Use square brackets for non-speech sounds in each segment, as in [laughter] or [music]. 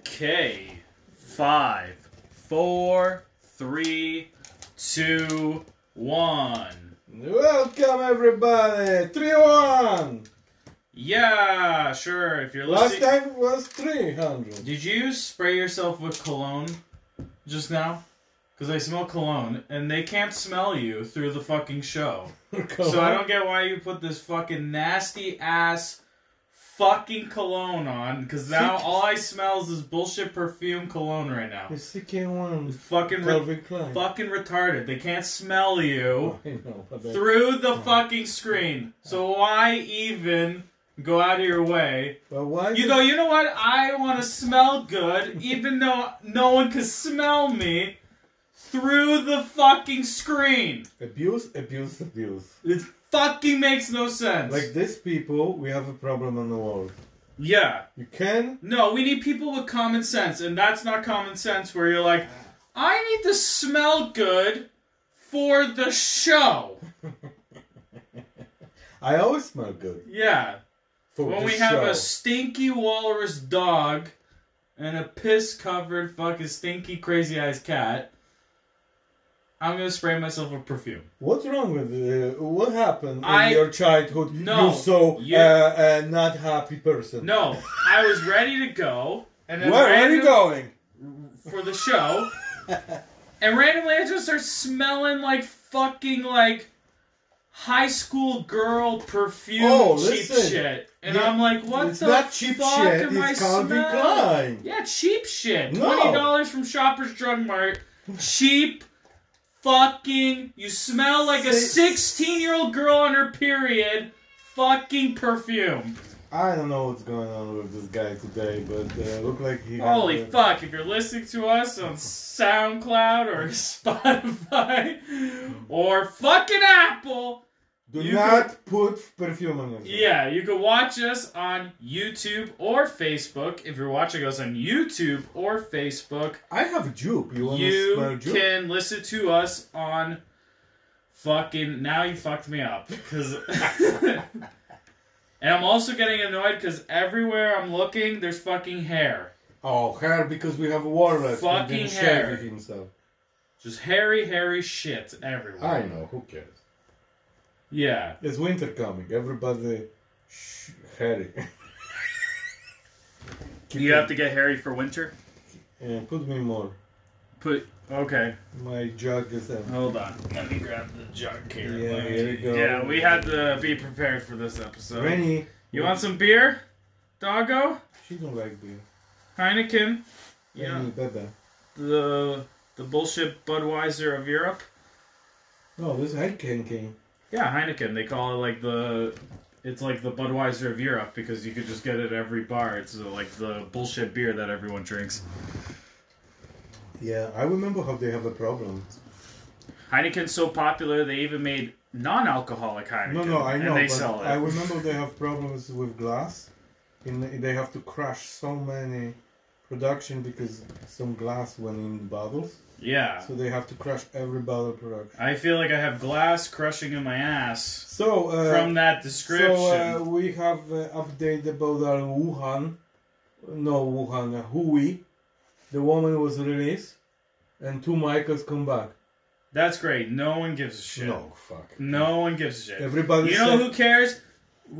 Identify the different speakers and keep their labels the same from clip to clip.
Speaker 1: Okay. Five, four, three, two, one.
Speaker 2: Welcome everybody! 301!
Speaker 1: Yeah, sure. If you're
Speaker 2: Last
Speaker 1: listening,
Speaker 2: time was 300.
Speaker 1: did you spray yourself with cologne just now? Because I smell cologne, and they can't smell you through the fucking show. So
Speaker 2: Uh-huh.
Speaker 1: I don't get why you put this fucking nasty ass fucking cologne on. Because now
Speaker 2: Sick.
Speaker 1: all I smells is bullshit perfume cologne right now.
Speaker 2: It's CK1
Speaker 1: Fucking re-
Speaker 2: Calvin Klein.
Speaker 1: fucking retarded. They can't smell you
Speaker 2: Oh, I know, but that-
Speaker 1: through the fucking screen. So why even go out of your way?
Speaker 2: but why
Speaker 1: You
Speaker 2: did-
Speaker 1: know, you know what? I want to smell good, even though no one can smell me through the fucking screen.
Speaker 2: abuse, abuse, abuse.
Speaker 1: It fucking makes no sense.
Speaker 2: Like these people, we have a problem in the world.
Speaker 1: yeah.
Speaker 2: You can
Speaker 1: No, we need people with common sense, and that's not common sense where you're like, I need to smell good for the show.
Speaker 2: I always smell good.
Speaker 1: Yeah.
Speaker 2: For
Speaker 1: when
Speaker 2: this
Speaker 1: we have
Speaker 2: show.
Speaker 1: a stinky walrus dog and a piss covered fucking stinky crazy eyes cat, I'm gonna spray myself with perfume.
Speaker 2: What's wrong with uh, what happened
Speaker 1: I-
Speaker 2: in your childhood?
Speaker 1: No,
Speaker 2: you so
Speaker 1: you-
Speaker 2: uh, uh, not happy person.
Speaker 1: No, I was ready to go, and
Speaker 2: where,
Speaker 1: then
Speaker 2: where are you
Speaker 1: random-
Speaker 2: going?
Speaker 1: for the show, and randomly I just start smelling like fucking like high school girl perfume
Speaker 2: Oh,
Speaker 1: cheap
Speaker 2: listen.
Speaker 1: shit, and
Speaker 2: Yeah,
Speaker 1: I'm like, what
Speaker 2: it's
Speaker 1: the
Speaker 2: not cheap
Speaker 1: fuck
Speaker 2: shit,
Speaker 1: am I
Speaker 2: it's Calvin
Speaker 1: smelling?
Speaker 2: Klein.
Speaker 1: Yeah, cheap shit.
Speaker 2: No.
Speaker 1: Twenty dollars from Shoppers Drug Mart. Cheap. Fucking, you smell like a
Speaker 2: Six-
Speaker 1: 16 year old girl on her period. Fucking perfume.
Speaker 2: I don't know what's going on with this guy today, but uh, look like he.
Speaker 1: Holy
Speaker 2: had a-
Speaker 1: fuck, if you're listening to us on SoundCloud or [laughs] Spotify or fucking Apple,
Speaker 2: Do
Speaker 1: You
Speaker 2: not put perfume on yourself.
Speaker 1: yeah, you can watch us on YouTube or Facebook. If you're watching us on YouTube or Facebook,
Speaker 2: I have a jupe. You want to smell
Speaker 1: you
Speaker 2: jupe?
Speaker 1: can listen to us on fucking. Now you fucked me up. 'cause- [laughs] and I'm also getting annoyed because everywhere I'm looking, there's fucking hair.
Speaker 2: Oh, hair because we have a walrus. who
Speaker 1: Fucking
Speaker 2: didn't
Speaker 1: hair.
Speaker 2: shave it himself.
Speaker 1: Just hairy, hairy shit everywhere.
Speaker 2: I know. Who cares?
Speaker 1: Yeah.
Speaker 2: It's winter coming. Everybody, shh, hairy. [laughs] Keep
Speaker 1: You have
Speaker 2: it-
Speaker 1: to get hairy for winter?
Speaker 2: Yeah, put me more.
Speaker 1: Put okay.
Speaker 2: My jug is uh, empty.
Speaker 1: Hold on. Let me grab the jug here.
Speaker 2: Yeah,
Speaker 1: Let me-
Speaker 2: here you go.
Speaker 1: Yeah, we had to be prepared for this episode.
Speaker 2: Rainy.
Speaker 1: Uh, You want some beer? Doggo?
Speaker 2: She don't like beer.
Speaker 1: Heineken?
Speaker 2: Yeah.
Speaker 1: Yeah.
Speaker 2: better.
Speaker 1: The the bullshit Budweiser of Europe?
Speaker 2: No, this head can came.
Speaker 1: Yeah, Heineken. They call it like the it's like the Budweiser of Europe because you could just get it at every bar. It's uh, like the bullshit beer that everyone drinks.
Speaker 2: Yeah, I remember how they have a problem.
Speaker 1: Heineken's so popular they even made non-alcoholic Heineken.
Speaker 2: No, no, I know,
Speaker 1: And they
Speaker 2: but
Speaker 1: sell it.
Speaker 2: I remember they have problems with glass. In they have to crush so many production because some glass went in bottles,
Speaker 1: yeah.
Speaker 2: so they have to crush every bottle production.
Speaker 1: I feel like I have glass crushing in my ass
Speaker 2: So uh,
Speaker 1: from that description.
Speaker 2: So uh, we have uh, update about our Wuhan, no Wuhan, uh, Hui. The woman was released, and two Michaels come back.
Speaker 1: That's great. No one gives a shit.
Speaker 2: No fuck.
Speaker 1: No one gives a shit.
Speaker 2: Everybody
Speaker 1: You know
Speaker 2: said-
Speaker 1: who cares?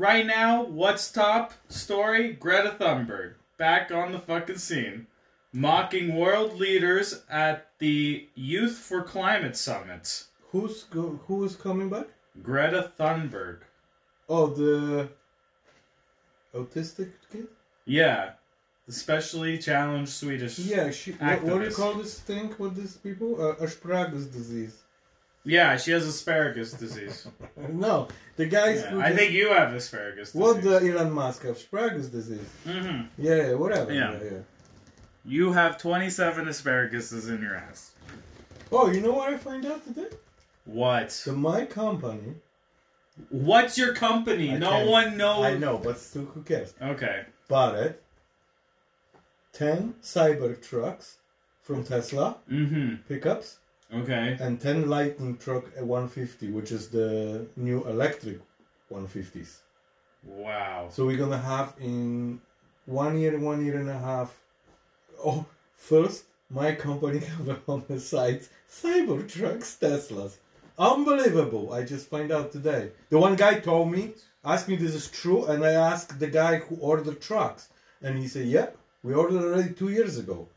Speaker 1: Right now, what's top story? Greta Thunberg back on the fucking scene, mocking world leaders at the Youth for Climate Summit.
Speaker 2: Who's go- who is coming back?
Speaker 1: Greta Thunberg.
Speaker 2: Oh, the autistic kid.
Speaker 1: Yeah, the specially challenged Swedish.
Speaker 2: Yeah, she. What, what do you
Speaker 1: Activist.
Speaker 2: call this thing with these people? Uh, Asperger's disease.
Speaker 1: Yeah, she has asparagus
Speaker 2: [laughs]
Speaker 1: disease.
Speaker 2: Uh, No, the guys.
Speaker 1: Yeah,
Speaker 2: who
Speaker 1: I
Speaker 2: just-
Speaker 1: think you have asparagus disease.
Speaker 2: What the Elon Musk have Asperger's disease?
Speaker 1: hmm
Speaker 2: Yeah, yeah, whatever.
Speaker 1: Yeah.
Speaker 2: yeah.
Speaker 1: You have 27 asparaguses in your ass.
Speaker 2: Oh, you know what I find out today?
Speaker 1: What?
Speaker 2: So my company.
Speaker 1: What's your company?
Speaker 2: I
Speaker 1: no
Speaker 2: can't-
Speaker 1: one knows.
Speaker 2: I know, but still, who cares?
Speaker 1: Okay.
Speaker 2: Bought it. Ten cyber trucks from Tesla
Speaker 1: Mm-hmm.
Speaker 2: pickups
Speaker 1: Okay.
Speaker 2: and ten Lightning truck at 150, which is the new electric 150s.
Speaker 1: Wow.
Speaker 2: So we're gonna have in one year, one year and a half. Oh, first, my company [laughs] cover on the sites Cybertrucks, Teslas. Unbelievable. I just find out today. The one guy told me, asked me this is true, and I asked the guy who ordered trucks. And he said, yeah, we ordered already two years ago.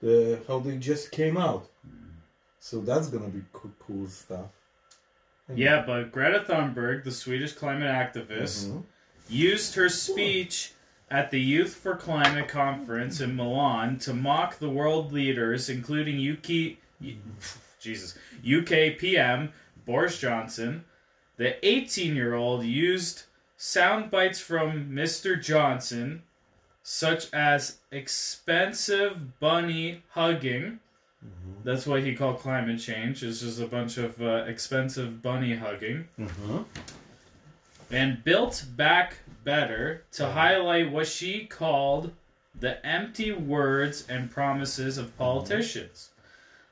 Speaker 2: The, how they just came out. So that's gonna be cool, cool stuff.
Speaker 1: Yeah, but Greta Thunberg, the Swedish climate activist,
Speaker 2: Mhm.
Speaker 1: used her speech at the Youth for Climate conference in Milan to mock the world leaders, including UK, [laughs] Jesus, UK PM Boris Johnson. The 18-year-old used sound bites from Mr. Johnson, such as expensive bunny hugging. That's what he called climate change. It's just a bunch of uh, expensive bunny hugging and built back better to highlight what she called the empty words and promises of politicians.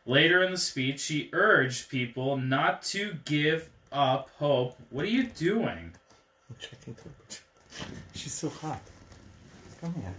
Speaker 1: Later in the speech, she urged people not to give up hope. What are you doing?
Speaker 2: I'm checking temperature. [laughs] She's so hot. Come here.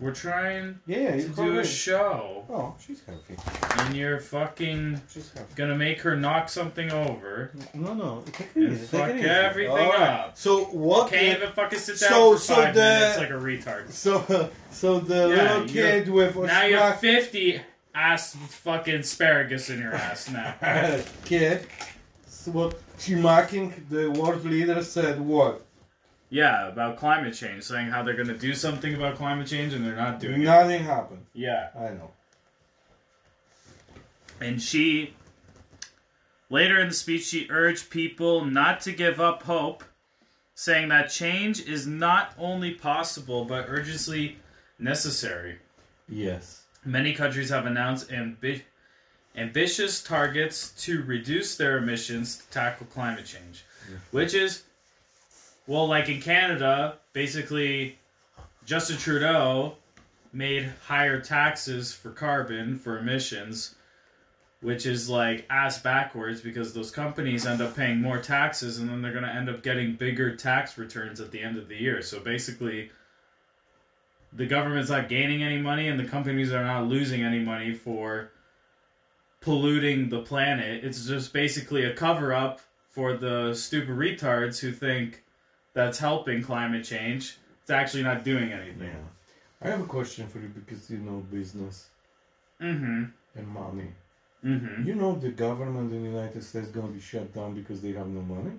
Speaker 1: We're trying
Speaker 2: Yeah,
Speaker 1: to
Speaker 2: you
Speaker 1: do a show,
Speaker 2: Oh, she's healthy.
Speaker 1: and you're fucking
Speaker 2: She's healthy.
Speaker 1: gonna make her knock something over.
Speaker 2: No, no. Take it
Speaker 1: And
Speaker 2: easy.
Speaker 1: fuck
Speaker 2: take it easy.
Speaker 1: everything
Speaker 2: Alright.
Speaker 1: up.
Speaker 2: So what?
Speaker 1: Can't
Speaker 2: the-
Speaker 1: even fucking sit down
Speaker 2: So-
Speaker 1: for
Speaker 2: so
Speaker 1: five
Speaker 2: the-
Speaker 1: minutes like a retard.
Speaker 2: [laughs] so so the
Speaker 1: Yeah,
Speaker 2: little
Speaker 1: you're-
Speaker 2: kid with
Speaker 1: Now you're
Speaker 2: Osprac-
Speaker 1: 50 ass fucking asparagus in your ass now.
Speaker 2: [laughs] kid. So what she mocking the world leader said what?
Speaker 1: Yeah, about climate change, saying how they're gonna do something about climate change and they're not doing it.
Speaker 2: Nothing happened.
Speaker 1: Yeah.
Speaker 2: I know.
Speaker 1: And she later in the speech she urged people not to give up hope, saying that change is not only possible but urgently necessary.
Speaker 2: Yes.
Speaker 1: Many countries have announced ambi- ambitious targets to reduce their emissions to tackle climate change, which is, well, like in Canada, basically, Justin Trudeau made higher taxes for carbon for emissions, which is like ass backwards because those companies end up paying more taxes and then they're going to end up getting bigger tax returns at the end of the year. So basically, the government's not gaining any money and the companies are not losing any money for polluting the planet. It's just basically a cover up for the stupid retards who think that's helping climate change. It's actually not doing anything.
Speaker 2: Yeah. I have a question for you because you know business
Speaker 1: Mm
Speaker 2: and money.
Speaker 1: hmm. Mm hmm.
Speaker 2: You know the government in the United States gonna be shut down because they have no money.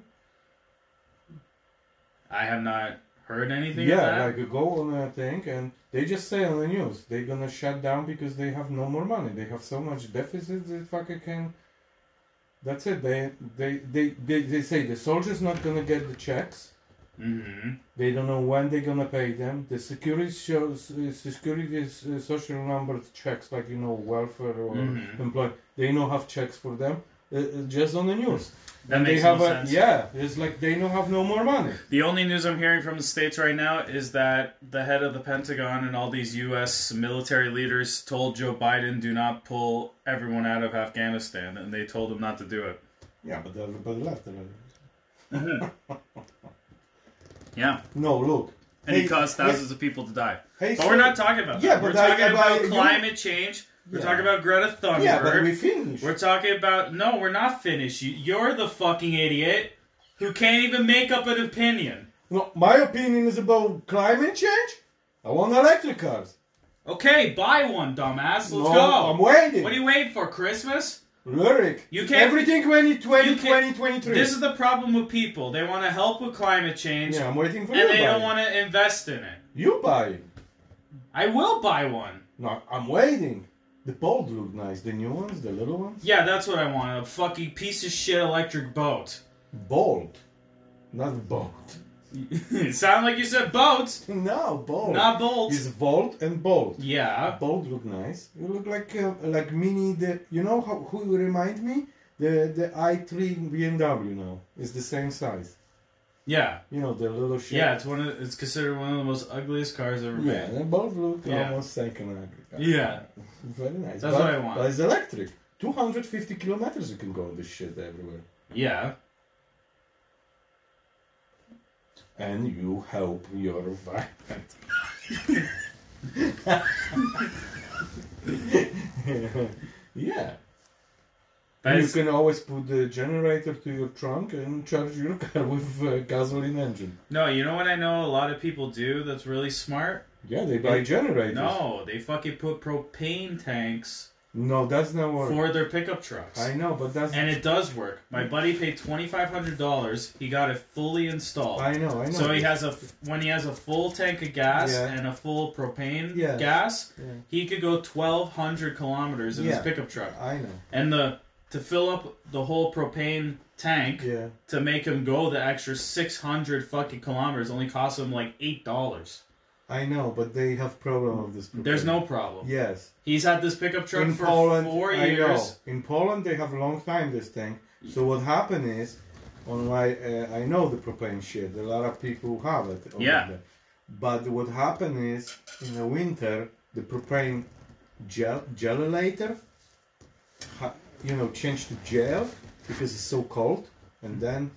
Speaker 1: I have not heard anything of
Speaker 2: Yeah,
Speaker 1: that.
Speaker 2: like you go on a thing and they just say on the news they're gonna shut down because they have no more money. They have so much deficit they fucking can. That's it. They they they they, they say the soldiers not gonna get the checks.
Speaker 1: mm
Speaker 2: They don't know when they're gonna pay them. The security shows uh, security is uh, social number checks like you know welfare or
Speaker 1: Mhm.
Speaker 2: employee. They know have checks for them. Uh, uh, just on the news.
Speaker 1: hmm. That
Speaker 2: And
Speaker 1: makes
Speaker 2: they have
Speaker 1: no
Speaker 2: a,
Speaker 1: sense.
Speaker 2: Yeah, it's like they know have no more money.
Speaker 1: The only news I'm hearing from the States right now is that the head of the Pentagon and all these U.S. military leaders told Joe Biden, do not pull everyone out of Afghanistan, and they told him not to do it.
Speaker 2: Yeah, but everybody left already.
Speaker 1: Yeah.
Speaker 2: No, look.
Speaker 1: And
Speaker 2: Hey,
Speaker 1: it caused thousands of people to die.
Speaker 2: hey, hey,
Speaker 1: But we're
Speaker 2: so-
Speaker 1: not talking about that.
Speaker 2: Yeah,
Speaker 1: we're
Speaker 2: but I-
Speaker 1: talking about
Speaker 2: but I- you-
Speaker 1: climate change. We're
Speaker 2: Yeah.
Speaker 1: talking about Greta Thunberg.
Speaker 2: Yeah, but we finished.
Speaker 1: We're talking about no, we're not finished. You- You're the fucking idiot who can't even make up an opinion.
Speaker 2: No, my opinion is about climate change. I want electric cars.
Speaker 1: Okay, buy one, dumbass. Let's
Speaker 2: no,
Speaker 1: go.
Speaker 2: I'm waiting.
Speaker 1: what do you wait for? Christmas?
Speaker 2: Lyric.
Speaker 1: You can't-
Speaker 2: Everything 2020,
Speaker 1: you can't-
Speaker 2: 2023.
Speaker 1: This is the problem with people. They want to help with climate change,
Speaker 2: yeah, I'm waiting for you.
Speaker 1: and they
Speaker 2: buy
Speaker 1: don't
Speaker 2: it.
Speaker 1: want to invest in it.
Speaker 2: You buy it.
Speaker 1: I will buy one.
Speaker 2: No, I'm waiting. The bold look nice. The new ones, the little ones.
Speaker 1: Yeah, that's what I want. A fucking piece of shit electric boat. [laughs]
Speaker 2: Bold. Not bold. [laughs]
Speaker 1: it sounded like you said boat,
Speaker 2: No, bold.
Speaker 1: not bolt.
Speaker 2: It's bold and bold.
Speaker 1: Yeah.
Speaker 2: Bold look nice. You look like uh, like mini. The you know how, who you remind me? The the i3 BMW now It's the same size.
Speaker 1: Yeah.
Speaker 2: You know the little shit.
Speaker 1: Yeah, it's one of it's considered one of the most ugliest cars ever
Speaker 2: Yeah,
Speaker 1: made.
Speaker 2: the bold look
Speaker 1: Yeah.
Speaker 2: almost second.
Speaker 1: Yeah.
Speaker 2: Very nice.
Speaker 1: That's
Speaker 2: but,
Speaker 1: what I want.
Speaker 2: But it's electric. 250 kilometers you can go on this shit everywhere.
Speaker 1: Yeah.
Speaker 2: And you help your environment. [laughs] yeah. You
Speaker 1: That's,
Speaker 2: can always put the generator to your trunk and charge your car [laughs] with uh, gasoline engine.
Speaker 1: no, you know what I know a lot of people do that's really smart?
Speaker 2: Yeah, they buy generators.
Speaker 1: No, they fucking put propane tanks
Speaker 2: No, that's not what.
Speaker 1: for their pickup trucks.
Speaker 2: Oh. I know, but that's.
Speaker 1: And it does work. My buddy paid twenty five hundred dollars. He got it fully installed.
Speaker 2: I know, I know.
Speaker 1: So he has a when he has a full tank of gas
Speaker 2: Yeah.
Speaker 1: and a full propane
Speaker 2: Yeah.
Speaker 1: gas,
Speaker 2: Yeah.
Speaker 1: he could go twelve hundred kilometers in his
Speaker 2: Yeah.
Speaker 1: pickup truck.
Speaker 2: I know.
Speaker 1: And the to fill up the whole propane tank
Speaker 2: Yeah.
Speaker 1: to make him go the extra six hundred fucking kilometers only cost him like eight dollars.
Speaker 2: I know, but they have problem of this.
Speaker 1: There's no
Speaker 2: propane.
Speaker 1: problem.
Speaker 2: Yes.
Speaker 1: He's had this pickup truck
Speaker 2: in
Speaker 1: for
Speaker 2: Poland,
Speaker 1: four
Speaker 2: I
Speaker 1: years.
Speaker 2: know. In Poland, they have a long time this thing. So what happened is, on my, uh, I know the propane shit. A lot of people have it. over
Speaker 1: Yeah.
Speaker 2: there. But what happened is, in the winter, the propane gel gelator, ha- you know, changed to gel because it's so cold, and then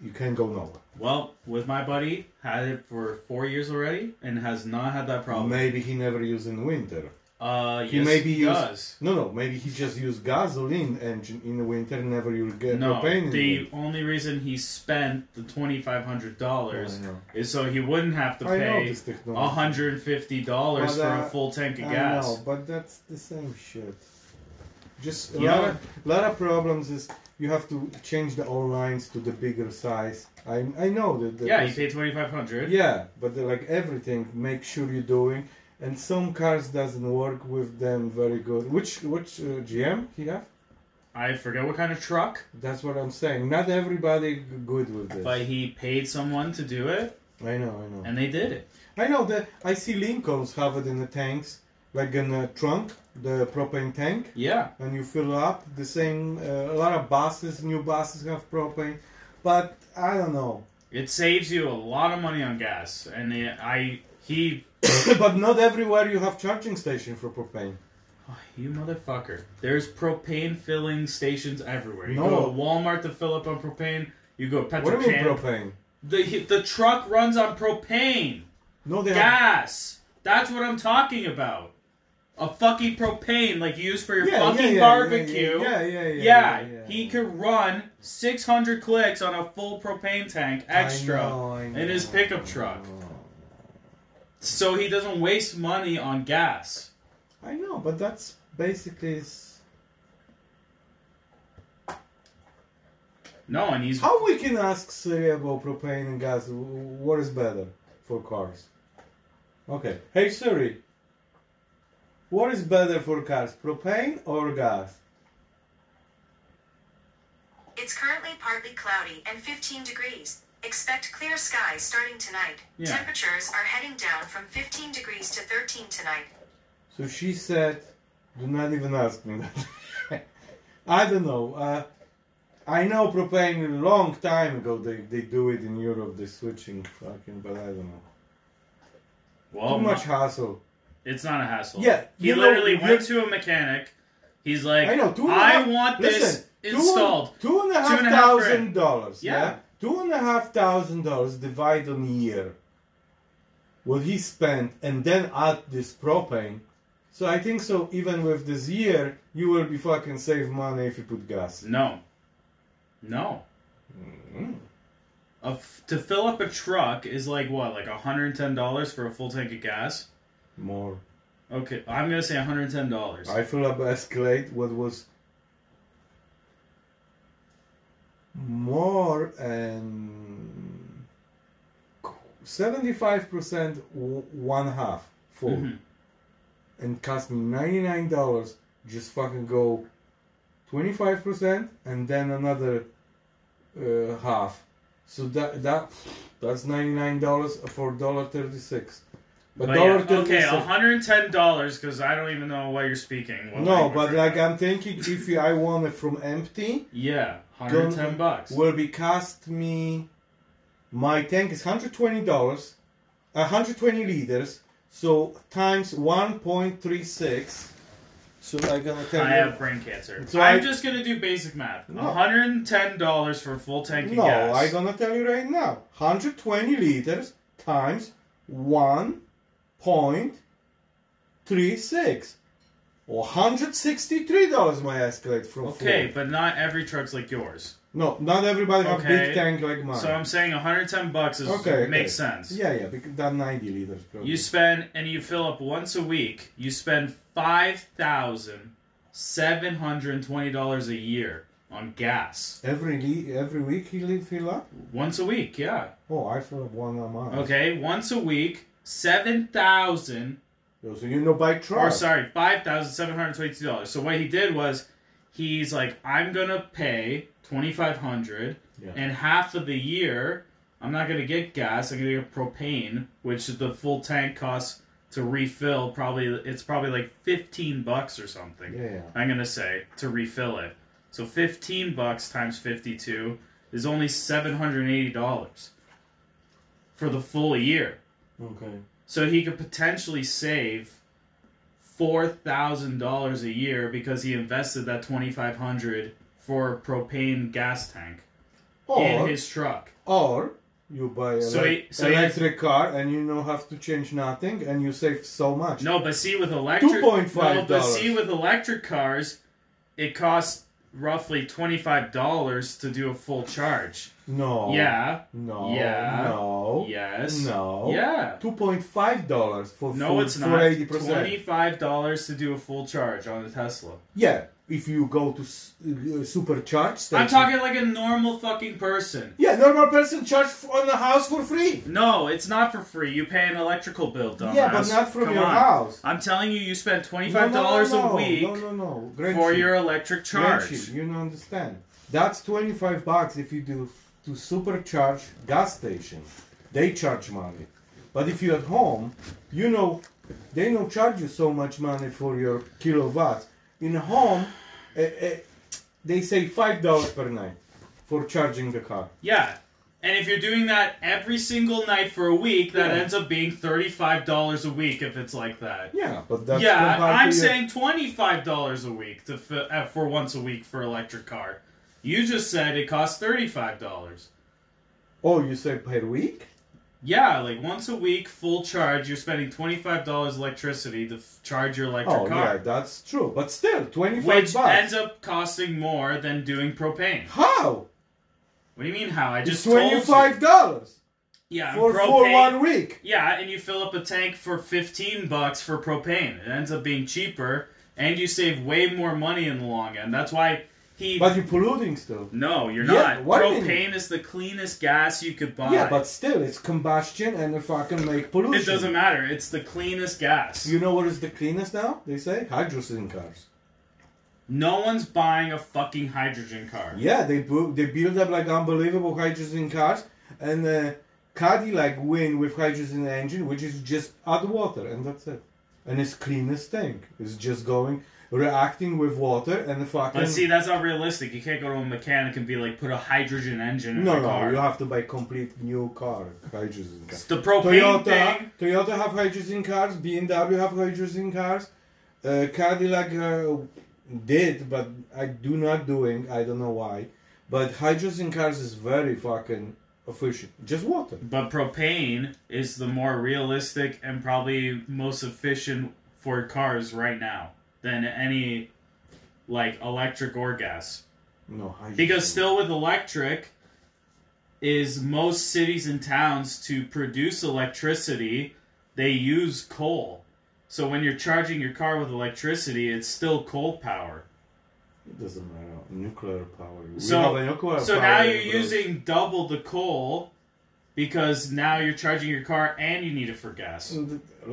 Speaker 2: you can go nowhere.
Speaker 1: Well, with my buddy, had it for four years already and has not had that problem.
Speaker 2: Maybe he never used in winter.
Speaker 1: Uh,
Speaker 2: He
Speaker 1: Oh. yes,
Speaker 2: maybe
Speaker 1: he
Speaker 2: used-
Speaker 1: does.
Speaker 2: No, no. Maybe he just used gasoline engine in the winter. Never used ga-
Speaker 1: No,
Speaker 2: propane. in
Speaker 1: the only reason he spent the twenty five hundred dollars
Speaker 2: I know.
Speaker 1: is so he wouldn't have to
Speaker 2: Oh, I know
Speaker 1: pay
Speaker 2: this technology.
Speaker 1: hundred and fifty dollars
Speaker 2: But,
Speaker 1: for
Speaker 2: uh,
Speaker 1: a full tank of
Speaker 2: I
Speaker 1: gas.
Speaker 2: know, but that's the same shit. Just a
Speaker 1: Yeah.
Speaker 2: lot, of, lot of problems is you have to change the all lines to the bigger size. I I know that. that
Speaker 1: Yeah, you
Speaker 2: is-
Speaker 1: pay twenty five hundred.
Speaker 2: yeah, but they're like everything, make sure you're doing. And some cars doesn't work with them very good. Which which uh, GM he have?
Speaker 1: I forget what kind of truck,
Speaker 2: That's what I'm saying. Not everybody g- good with this.
Speaker 1: but he paid someone to do it,
Speaker 2: I know, I know.
Speaker 1: and they did it.
Speaker 2: I know that I see Lincolns have it in the tanks, like in the trunk, the propane tank.
Speaker 1: Yeah,
Speaker 2: and you fill up the same uh, a lot of buses new buses have propane but i don't know [coughs]
Speaker 1: it saves you a lot of money on gas, and it, I he
Speaker 2: but not everywhere you have charging station for propane
Speaker 1: Oh, you motherfucker. There's propane filling stations everywhere. You
Speaker 2: No.
Speaker 1: go to Walmart to fill up on propane. You go
Speaker 2: what do you mean
Speaker 1: Petrochem.
Speaker 2: propane
Speaker 1: The the truck runs on propane.
Speaker 2: no they have
Speaker 1: Gas. That's what I'm talking about. A fucking propane like you use for your
Speaker 2: yeah,
Speaker 1: fucking
Speaker 2: yeah, yeah,
Speaker 1: barbecue.
Speaker 2: yeah yeah yeah yeah,
Speaker 1: Yeah,
Speaker 2: yeah, yeah.
Speaker 1: he could run 600 clicks on a full propane tank
Speaker 2: I
Speaker 1: extra
Speaker 2: know, I
Speaker 1: in his
Speaker 2: know.
Speaker 1: pickup truck. So he doesn't waste money on gas.
Speaker 2: i know but that's basically is
Speaker 1: No, and he's
Speaker 2: how we can ask Syria about propane and gas w- what is better for cars okay hey Siri what is better for cars propane or gas
Speaker 3: It's currently partly cloudy and 15 degrees. Expect clear skies starting tonight.
Speaker 1: Yeah.
Speaker 3: Temperatures are heading down from 15 degrees to 13 tonight.
Speaker 2: So she said, "Do not even ask me that." [laughs] I don't know. Uh, I know propane a long time ago. They, they do it in Europe. They switching fucking, but I don't know.
Speaker 1: well, Um,
Speaker 2: Too much hassle.
Speaker 1: It's not a hassle.
Speaker 2: Yeah,
Speaker 1: He
Speaker 2: you know,
Speaker 1: literally
Speaker 2: you're-
Speaker 1: went to a mechanic. He's like,
Speaker 2: I know. Two. and a
Speaker 1: I
Speaker 2: half-
Speaker 1: want
Speaker 2: listen, two
Speaker 1: this
Speaker 2: and-
Speaker 1: installed.
Speaker 2: Two and a half
Speaker 1: and a half
Speaker 2: thousand
Speaker 1: grand.
Speaker 2: dollars. Yeah.
Speaker 1: Yeah.
Speaker 2: Two and a half thousand dollars divide on year. What he spent, and then add this propane. So I think so. Even with this year, you will be fucking save money if you put gas. Mm,
Speaker 1: No. No. A f- to fill up a truck is like what, like $110 for a full tank of gas?
Speaker 2: More.
Speaker 1: Okay, I'm going to say $110.
Speaker 2: I feel about Escalade, what was more and 75% w- one half full
Speaker 1: Mhm.
Speaker 2: and cost me $99 just fucking go 25% and then another uh, half so that that that's $99 for $1.36 but,
Speaker 1: But
Speaker 2: dollar
Speaker 1: Oh, yeah, okay,
Speaker 2: thirty-six.
Speaker 1: $110 because I don't even know what you're speaking. what
Speaker 2: No,
Speaker 1: language
Speaker 2: but
Speaker 1: right
Speaker 2: like
Speaker 1: now.
Speaker 2: I'm thinking, if I want it from empty,
Speaker 1: Yeah,
Speaker 2: gun
Speaker 1: 110 bucks.
Speaker 2: will be cost me. My tank is 120 dollars, 120 liters, so times 1.36. So I'm gonna tell
Speaker 1: I
Speaker 2: you.
Speaker 1: have brain cancer.
Speaker 2: So
Speaker 1: I'm
Speaker 2: I-
Speaker 1: just going to do basic math.
Speaker 2: No.
Speaker 1: $110 for a full tank of
Speaker 2: no,
Speaker 1: gas.
Speaker 2: I'm gonna tell you right now. 120 liters times 1.36. three six. $163 my escalate from
Speaker 1: Okay,
Speaker 2: Ford.
Speaker 1: but not every truck's like yours.
Speaker 2: No, not everybody have
Speaker 1: Okay.
Speaker 2: big tank like mine.
Speaker 1: So I'm saying 110 bucks is
Speaker 2: Okay, okay.
Speaker 1: makes sense.
Speaker 2: Yeah, yeah, because that 90 liters. Probably.
Speaker 1: You spend and you fill up once a week. You spend five thousand seven hundred and twenty dollars a year on gas
Speaker 2: every le- every week he li- fill up.
Speaker 1: once a week. Yeah.
Speaker 2: Oh, I fill up one a month.
Speaker 1: Okay, once a week, seven thousand
Speaker 2: Yo, So you know by
Speaker 1: or
Speaker 2: truck.
Speaker 1: sorry, five thousand seven hundred twenty-two dollars. So what he did was, he's like, I'm gonna pay twenty-five hundred,
Speaker 2: Yeah.
Speaker 1: and half of the year I'm not gonna get gas. I'm gonna get propane, which the full tank costs to refill. Probably it's probably like fifteen bucks or something.
Speaker 2: Yeah, yeah.
Speaker 1: I'm gonna say to refill it. So fifteen bucks times fifty-two is only seven hundred eighty dollars for the full year.
Speaker 2: Okay.
Speaker 1: So he could potentially save four thousand dollars a year because he invested that twenty five hundred for a propane gas tank in
Speaker 2: Or
Speaker 1: his truck.
Speaker 2: or you buy a
Speaker 1: So
Speaker 2: le-
Speaker 1: he- so he-
Speaker 2: electric car and you don't have to change nothing and you save so much.
Speaker 1: No, but see with electric
Speaker 2: $2.5.
Speaker 1: No, but see with electric cars, it costs roughly twenty five dollars to do a full charge.
Speaker 2: No.
Speaker 1: Yeah.
Speaker 2: No.
Speaker 1: Yeah.
Speaker 2: Oh. No.
Speaker 1: Yes.
Speaker 2: No.
Speaker 1: Yeah.
Speaker 2: Two point five dollars for
Speaker 1: No,
Speaker 2: full,
Speaker 1: it's
Speaker 2: for
Speaker 1: not.
Speaker 2: eighty
Speaker 1: Twenty
Speaker 2: percent.
Speaker 1: five dollars to do a full charge on a Tesla.
Speaker 2: Yeah, if you go to s- uh, supercharge station.
Speaker 1: I'm talking like a normal fucking person.
Speaker 2: Yeah, normal person charge f- on the house for free.
Speaker 1: No, it's not for free. You pay an electrical bill, dumbass.
Speaker 2: Yeah, but not from
Speaker 1: Come
Speaker 2: your
Speaker 1: on.
Speaker 2: house.
Speaker 1: I'm telling you, you spend twenty
Speaker 2: No, no,
Speaker 1: five dollars
Speaker 2: no, no,
Speaker 1: a week
Speaker 2: No, no, no. Grand
Speaker 1: for
Speaker 2: ship.
Speaker 1: your electric
Speaker 2: Grand
Speaker 1: charge.
Speaker 2: ship, You don't understand. That's twenty-five bucks if you do to supercharge gas station. They charge money, but if you're at home, you know, they don't charge you so much money for your kilowatts. In home, eh, eh, they say five dollars per night for charging the car.
Speaker 1: Yeah, and if you're doing that every single night for a week, that
Speaker 2: Yeah.
Speaker 1: ends up being thirty five dollars a week if it's like that.
Speaker 2: Yeah, but that's
Speaker 1: yeah,
Speaker 2: compared to
Speaker 1: I'm
Speaker 2: your-
Speaker 1: saying twenty five dollars a week to fi- uh, for once a week for electric car. You just said it costs thirty five dollars.
Speaker 2: Oh, you say per week?
Speaker 1: Yeah, like once a week, full charge. You're spending twenty five dollars electricity to f- charge your electric
Speaker 2: Oh,
Speaker 1: car.
Speaker 2: yeah, that's true. But still, twenty-five
Speaker 1: Which
Speaker 2: bucks.
Speaker 1: ends up costing more than doing propane.
Speaker 2: How?
Speaker 1: What do you mean how? I just
Speaker 2: It's
Speaker 1: told you.
Speaker 2: twenty-five dollars
Speaker 1: Yeah,
Speaker 2: for,
Speaker 1: propane.
Speaker 2: for one week.
Speaker 1: Yeah, and you fill up a tank for fifteen bucks for propane. It ends up being cheaper, and you save way more money in the long end. That's why he.
Speaker 2: But you're polluting still.
Speaker 1: no, you're
Speaker 2: Yeah,
Speaker 1: not.
Speaker 2: what do you
Speaker 1: propane is the cleanest gas you could buy.
Speaker 2: Yeah, but still, it's combustion and if I can make pollution.
Speaker 1: it doesn't matter. It's the cleanest gas.
Speaker 2: You know what is the cleanest now? They say hydrogen cars.
Speaker 1: no one's buying a fucking hydrogen car.
Speaker 2: Yeah, they bu- they build up like unbelievable hydrogen cars and uh, Cadillac win with hydrogen engine, which is just add water and that's it. And it's cleanest thing. It's just going reacting with water and fucking.
Speaker 1: But see, that's not realistic. You can't go to a mechanic and be like, put a hydrogen engine in
Speaker 2: no,
Speaker 1: the
Speaker 2: no,
Speaker 1: car.
Speaker 2: you have to buy complete new car, hydrogen car.
Speaker 1: It's the propane
Speaker 2: Toyota,
Speaker 1: thing.
Speaker 2: Toyota have hydrogen cars. BMW have hydrogen cars. Uh, Cadillac uh, did, but I do not doing. I don't know why. But hydrogen cars is very fucking efficient. Just water.
Speaker 1: But propane is the more realistic and probably most efficient for cars right now than any like electric or gas.
Speaker 2: No hydrogen.
Speaker 1: Because still with electric is most cities and towns to produce electricity, they use coal. So when you're charging your car with electricity, it's still coal power.
Speaker 2: it doesn't matter. Nuclear power. We
Speaker 1: So-
Speaker 2: have a nuclear
Speaker 1: So
Speaker 2: power,
Speaker 1: now you're
Speaker 2: bro.
Speaker 1: using double the coal because now you're charging your car and you need it for gas.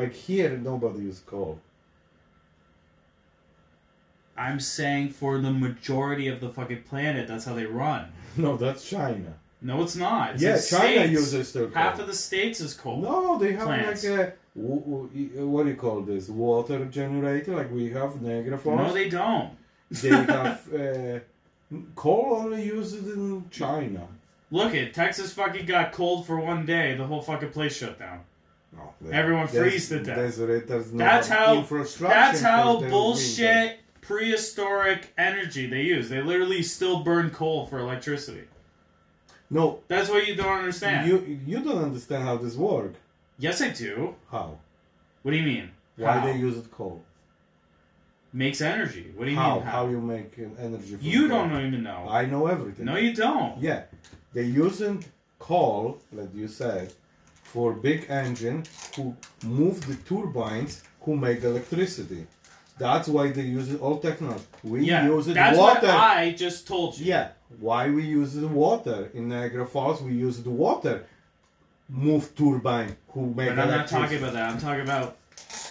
Speaker 2: Like here, nobody use coal. [laughs]
Speaker 1: I'm saying for the majority of the fucking planet, that's how they run.
Speaker 2: No, that's China.
Speaker 1: No, it's not. It's
Speaker 2: yeah,
Speaker 1: the
Speaker 2: China
Speaker 1: states.
Speaker 2: uses still coal.
Speaker 1: half of the states is coal.
Speaker 2: No, they have
Speaker 1: plants.
Speaker 2: like a w- w- what do you call this water generator? Like we have Niagara Falls.
Speaker 1: No, they don't. [laughs]
Speaker 2: they have uh, coal only used in China.
Speaker 1: Look it, Texas fucking got cold for one day. The whole fucking place shut down.
Speaker 2: No, they-
Speaker 1: Everyone
Speaker 2: there's-
Speaker 1: freeze to death.
Speaker 2: There's, there's no
Speaker 1: That's how-
Speaker 2: Infrastructure
Speaker 1: That's how
Speaker 2: for their winter.
Speaker 1: bullshit prehistoric energy they use. They literally still burn coal for electricity.
Speaker 2: No,
Speaker 1: That's what you don't understand.
Speaker 2: you you don't understand how this works.
Speaker 1: yes, I do.
Speaker 2: How?
Speaker 1: What do you mean?
Speaker 2: Why
Speaker 1: How?
Speaker 2: they use coal?
Speaker 1: Makes energy. What do you
Speaker 2: how?
Speaker 1: mean?
Speaker 2: How you make an energy? From
Speaker 1: You
Speaker 2: coal?
Speaker 1: don't even know.
Speaker 2: I know everything.
Speaker 1: no, you don't.
Speaker 2: Yeah, they using coal, like you said, for big engine who move the turbines who make electricity. That's why they use it all technology. We
Speaker 1: Yeah,
Speaker 2: use it
Speaker 1: that's
Speaker 2: water.
Speaker 1: what I just told you.
Speaker 2: Yeah, why we use the water in Niagara Falls? We use the water. Move turbine who
Speaker 1: But
Speaker 2: make
Speaker 1: I'm not
Speaker 2: electricity.
Speaker 1: talking about that. I'm talking about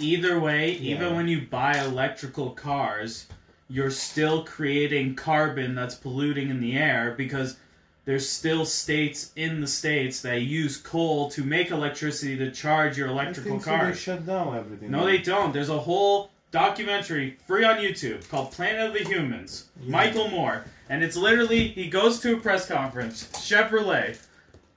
Speaker 1: either way, even
Speaker 2: Yeah.
Speaker 1: when you buy electrical cars, you're still creating carbon that's polluting in the air because there's still states in the states that use coal to make electricity to charge your
Speaker 2: I
Speaker 1: electrical
Speaker 2: think so
Speaker 1: cars.
Speaker 2: they shut down everything.
Speaker 1: No, they don't. There's a whole documentary free on YouTube called Planet of the Humans,
Speaker 2: Yeah.
Speaker 1: Michael Moore. And it's literally, he goes to a press conference, Chevrolet,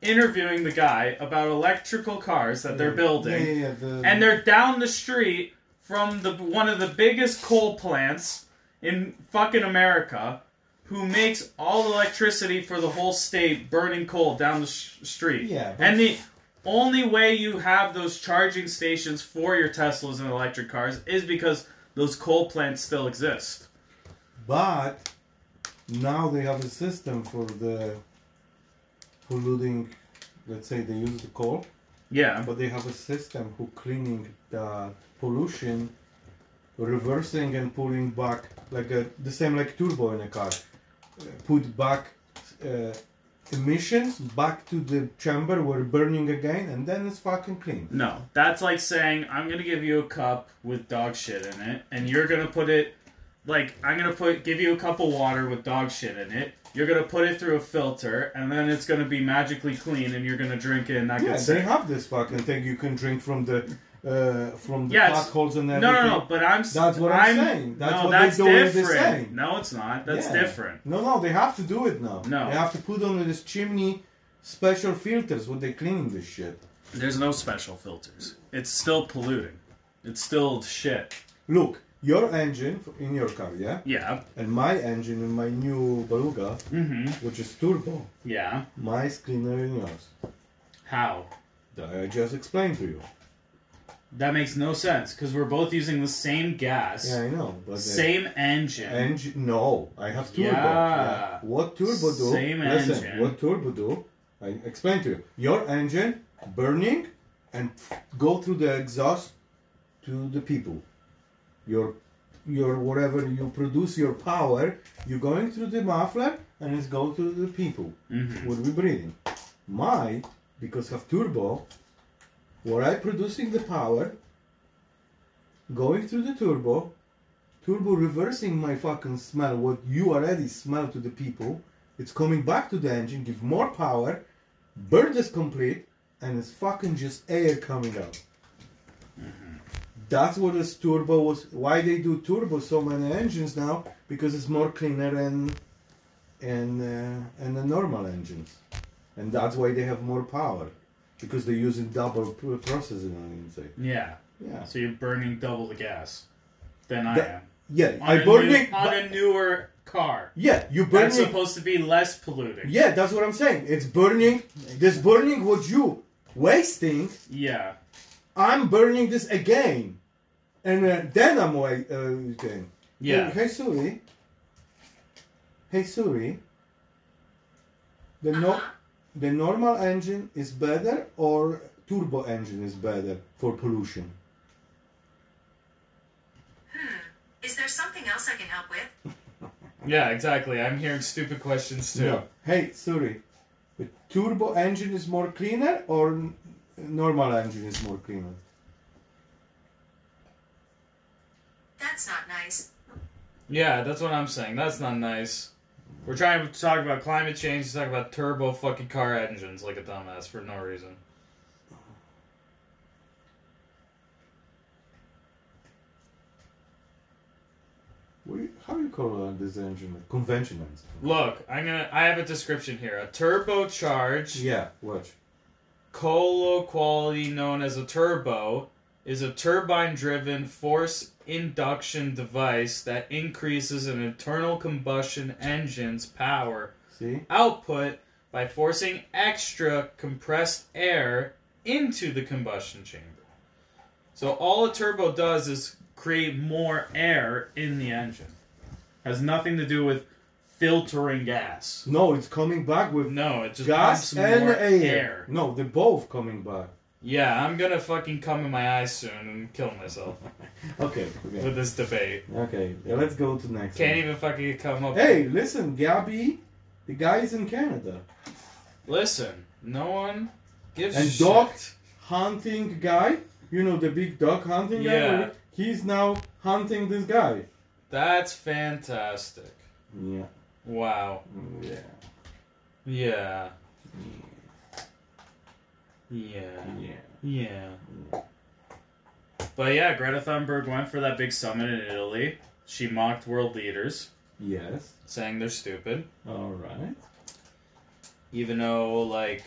Speaker 1: interviewing the guy about electrical cars that they're building.
Speaker 2: Yeah, yeah, yeah, the-
Speaker 1: And they're down the street from the one of the biggest coal plants in fucking America who makes all the electricity for the whole state burning coal down the sh- street.
Speaker 2: Yeah, but-
Speaker 1: And the only way you have those charging stations for your Teslas and electric cars is because those coal plants still exist.
Speaker 2: But now they have a system for the polluting. Let's say they use the coal,
Speaker 1: Yeah.
Speaker 2: but they have a system who cleaning the pollution, reversing and pulling back like a, the same like turbo in a car, Uh, put back uh, emissions back to the chamber where burning again, and then it's fucking clean.
Speaker 1: No, that's like saying I'm gonna give you a cup with dog shit in it, and you're gonna put it like I'm gonna put give you a cup of water with dog shit in it. You're gonna put it through a filter, and then it's gonna be magically clean, and you're gonna drink it, and that
Speaker 2: Yeah,
Speaker 1: gets
Speaker 2: they have this fucking thing you can drink from the uh, from the
Speaker 1: Yeah, it's-
Speaker 2: potholes and
Speaker 1: no,
Speaker 2: everything.
Speaker 1: no, no. But I'm s-
Speaker 2: That's what I'm saying. That's
Speaker 1: no,
Speaker 2: what they
Speaker 1: that's
Speaker 2: do in this
Speaker 1: different.
Speaker 2: thing.
Speaker 1: No, it's not. That's
Speaker 2: Yeah.
Speaker 1: different.
Speaker 2: No, no, they have to do it now.
Speaker 1: No.
Speaker 2: They have to put on this chimney special filters when they clean this shit.
Speaker 1: There's no special filters. It's still polluting. It's still shit.
Speaker 2: Look, your engine f- in your car, yeah?
Speaker 1: Yeah.
Speaker 2: And my engine in my new Beluga,
Speaker 1: Mm-hmm.
Speaker 2: which is turbo,
Speaker 1: Yeah.
Speaker 2: my cleaner than yours.
Speaker 1: How?
Speaker 2: That I just explained to you.
Speaker 1: That makes no sense because we're both using the same gas.
Speaker 2: Yeah, I know. But uh, the
Speaker 1: Same engine.
Speaker 2: Engine? No, I have turbo.
Speaker 1: Yeah.
Speaker 2: What turbo do?
Speaker 1: Same
Speaker 2: listen,
Speaker 1: engine.
Speaker 2: What turbo do? I explain to you. Your engine burning and go through the exhaust to the people. Your your whatever you produce your power, you're going through the muffler and it's going to the people.
Speaker 1: Mm-hmm.
Speaker 2: What we breathing? My because of turbo, where I producing the power, going through the turbo, turbo reversing my fucking smell, what you already smell to the people, it's coming back to the engine, give more power, burn is complete, and it's fucking just air coming out. That's what this turbo was. Why they do turbo so many engines now? Because it's more cleaner and and uh, and the normal engines, and that's why they have more power, because they're using double pr- processing on inside.
Speaker 1: Yeah.
Speaker 2: Yeah,
Speaker 1: So you're burning double the gas than I
Speaker 2: That-
Speaker 1: am.
Speaker 2: yeah.
Speaker 1: On,
Speaker 2: I
Speaker 1: a,
Speaker 2: burning.
Speaker 1: new, on a newer car.
Speaker 2: Yeah, you
Speaker 1: That's
Speaker 2: burning.
Speaker 1: supposed to be less polluting.
Speaker 2: Yeah, that's what I'm saying. It's burning. This burning what you wasting.
Speaker 1: Yeah.
Speaker 2: I'm burning this again, and uh, then I'm wa- uh, again.
Speaker 1: Yeah.
Speaker 2: Hey, hey Suri. Hey Suri. The no, the normal engine is better or turbo engine is better for pollution?
Speaker 3: Is there something else I can help with?
Speaker 1: Yeah, exactly. I'm hearing stupid questions too.
Speaker 2: No. Hey Suri, the turbo engine is more cleaner or n- normal engine is more cleaner?
Speaker 3: That's not nice.
Speaker 1: Yeah, that's what I'm saying. That's not nice. We're trying to talk about climate change, talk about turbo fucking car engines like a dumbass for no reason.
Speaker 2: What do you, how do you call uh, this engine? Conventional engine.
Speaker 1: Look, I'm gonna I have a description here. A turbocharged
Speaker 2: Yeah, watch.
Speaker 1: Colo quality known as a turbo is a turbine driven force induction device that increases an internal combustion engine's power
Speaker 2: See?
Speaker 1: output by forcing extra compressed air into the combustion chamber. So all a turbo does is create more air in the engine. Has nothing to do with filtering gas.
Speaker 2: No, it's coming back with
Speaker 1: No, it just
Speaker 2: gas
Speaker 1: pumps
Speaker 2: and
Speaker 1: more
Speaker 2: air.
Speaker 1: air.
Speaker 2: No, they're both coming back.
Speaker 1: Yeah, I'm gonna fucking come in my eyes soon and kill myself
Speaker 2: Okay, okay,
Speaker 1: with this debate.
Speaker 2: okay. yeah, let's go to next.
Speaker 1: Can't
Speaker 2: one.
Speaker 1: even fucking come up.
Speaker 2: Hey, listen, Gabby, the guy is in Canada
Speaker 1: listen, no one gives
Speaker 2: and
Speaker 1: shit.
Speaker 2: dog hunting guy. You know the big dog hunting guy.
Speaker 1: Yeah.
Speaker 2: He's now hunting this guy.
Speaker 1: That's fantastic.
Speaker 2: Yeah,
Speaker 1: Wow.
Speaker 2: yeah,
Speaker 1: Yeah. Yeah.
Speaker 2: yeah.
Speaker 1: Yeah. But yeah, Greta Thunberg went for that big summit in Italy. She mocked world leaders,
Speaker 2: Yes.
Speaker 1: saying they're stupid.
Speaker 2: All right.
Speaker 1: Even though, like,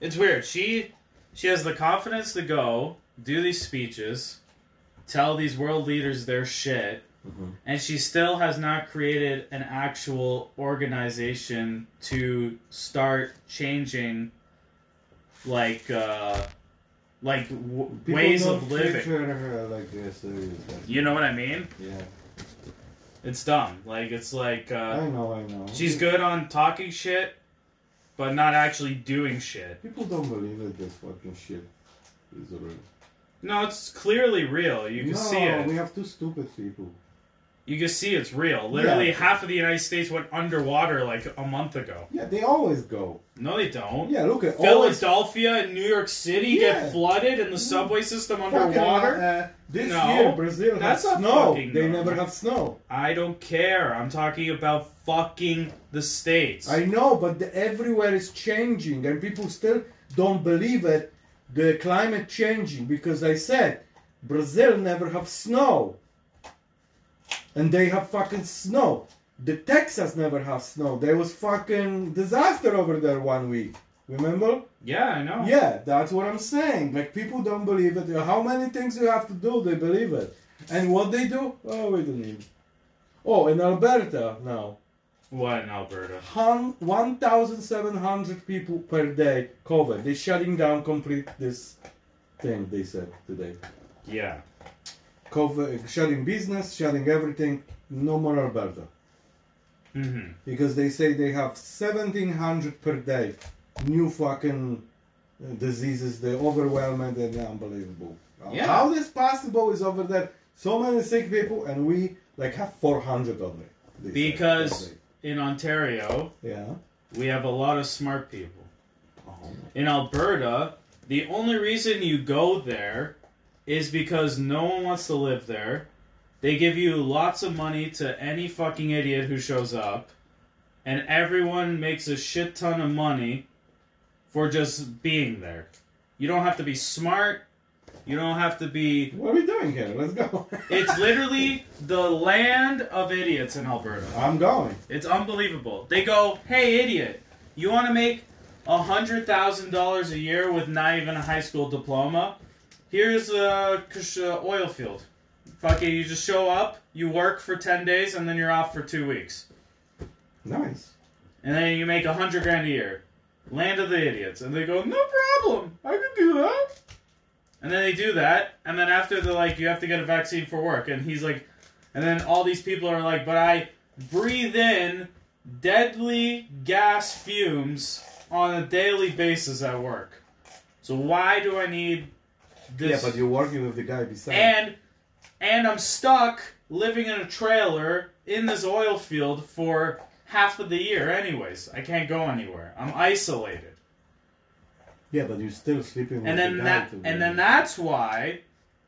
Speaker 1: it's weird. She she has the confidence to go do these speeches, tell these world leaders their shit,
Speaker 2: Mhm.
Speaker 1: and she still has not created an actual organization to start changing, like, uh, like w-
Speaker 2: People
Speaker 1: ways
Speaker 2: don't
Speaker 1: of living.
Speaker 2: treat her like a serious person.
Speaker 1: You know what I mean?
Speaker 2: Yeah.
Speaker 1: It's dumb. Like it's like uh,
Speaker 2: I know. I know.
Speaker 1: she's good on talking shit, but not actually doing shit.
Speaker 2: People don't believe that this fucking shit is real.
Speaker 1: No, it's clearly real. You can
Speaker 2: no,
Speaker 1: see it.
Speaker 2: we have two stupid people.
Speaker 1: You can see it's real. Literally,
Speaker 2: Yeah.
Speaker 1: half of the United States went underwater like a month ago.
Speaker 2: Yeah, they always go.
Speaker 1: No, they don't.
Speaker 2: Yeah, look at always
Speaker 1: Philadelphia and New York City
Speaker 2: Yeah.
Speaker 1: get flooded, and the subway system
Speaker 2: fucking,
Speaker 1: underwater.
Speaker 2: Uh, this
Speaker 1: No.
Speaker 2: year, Brazil
Speaker 1: That's
Speaker 2: has
Speaker 1: not
Speaker 2: snow.
Speaker 1: fucking
Speaker 2: They
Speaker 1: normal.
Speaker 2: never have snow.
Speaker 1: I don't care. I'm talking about fucking the states.
Speaker 2: I know, but the, everywhere is changing, and people still don't believe it. The climate changing because I said Brazil never have snow, and they have fucking snow. The Texas never have snow. There was fucking disaster over there one week. Remember?
Speaker 1: yeah, I know.
Speaker 2: Yeah, that's what I'm saying. Like people don't believe it. How many things you have to do, they believe it. And what they do? Oh, we don't need. Oh, in Alberta now,
Speaker 1: What in Alberta?
Speaker 2: hun- 1,700 people per day COVID. They're shutting down complete this thing. They said today.
Speaker 1: Yeah.
Speaker 2: COVID, shutting business, shutting everything. No more Alberta
Speaker 1: Mm-hmm.
Speaker 2: because they say they have 1,700 per day new fucking uh, diseases. They're overwhelming and they're unbelievable. Uh,
Speaker 1: Yeah.
Speaker 2: How this possible is over there? So many sick people and we like have 400 only. they say,
Speaker 1: Because
Speaker 2: per day.
Speaker 1: in Ontario,
Speaker 2: yeah.
Speaker 1: we have a lot of smart people.
Speaker 2: Oh.
Speaker 1: In Alberta, the only reason you go there is because no one wants to live there. They give you lots of money to any fucking idiot who shows up, and everyone makes a shit ton of money for just being there. You don't have to be smart. You don't have to be.
Speaker 2: What are we doing here? Let's go.
Speaker 1: It's literally the land of idiots in Alberta.
Speaker 2: I'm going.
Speaker 1: It's unbelievable. They go, "Hey, idiot, you want to make a hundred thousand dollars a year with not even a high school diploma? Here's a kush- uh, oil field. Fuck it, you just show up, you work for ten days, and then you're off for two weeks,
Speaker 2: Nice.
Speaker 1: and then you make a hundred grand a year. Land of the idiots." And they go, "No problem, I can do that." And then they do that, and then after they're like, "You have to get a vaccine for work," and he's like, and then all these people are like, "But I breathe in." deadly gas fumes on a daily basis at work. So why do I need
Speaker 2: Yeah,
Speaker 1: this?
Speaker 2: but you're working with the guy beside.
Speaker 1: and and I'm stuck living in a trailer in this oil field for half of the year anyways. I can't go anywhere. I'm isolated.
Speaker 2: yeah, but you're still sleeping with
Speaker 1: And
Speaker 2: the
Speaker 1: then
Speaker 2: guy
Speaker 1: that
Speaker 2: today.
Speaker 1: and then that's why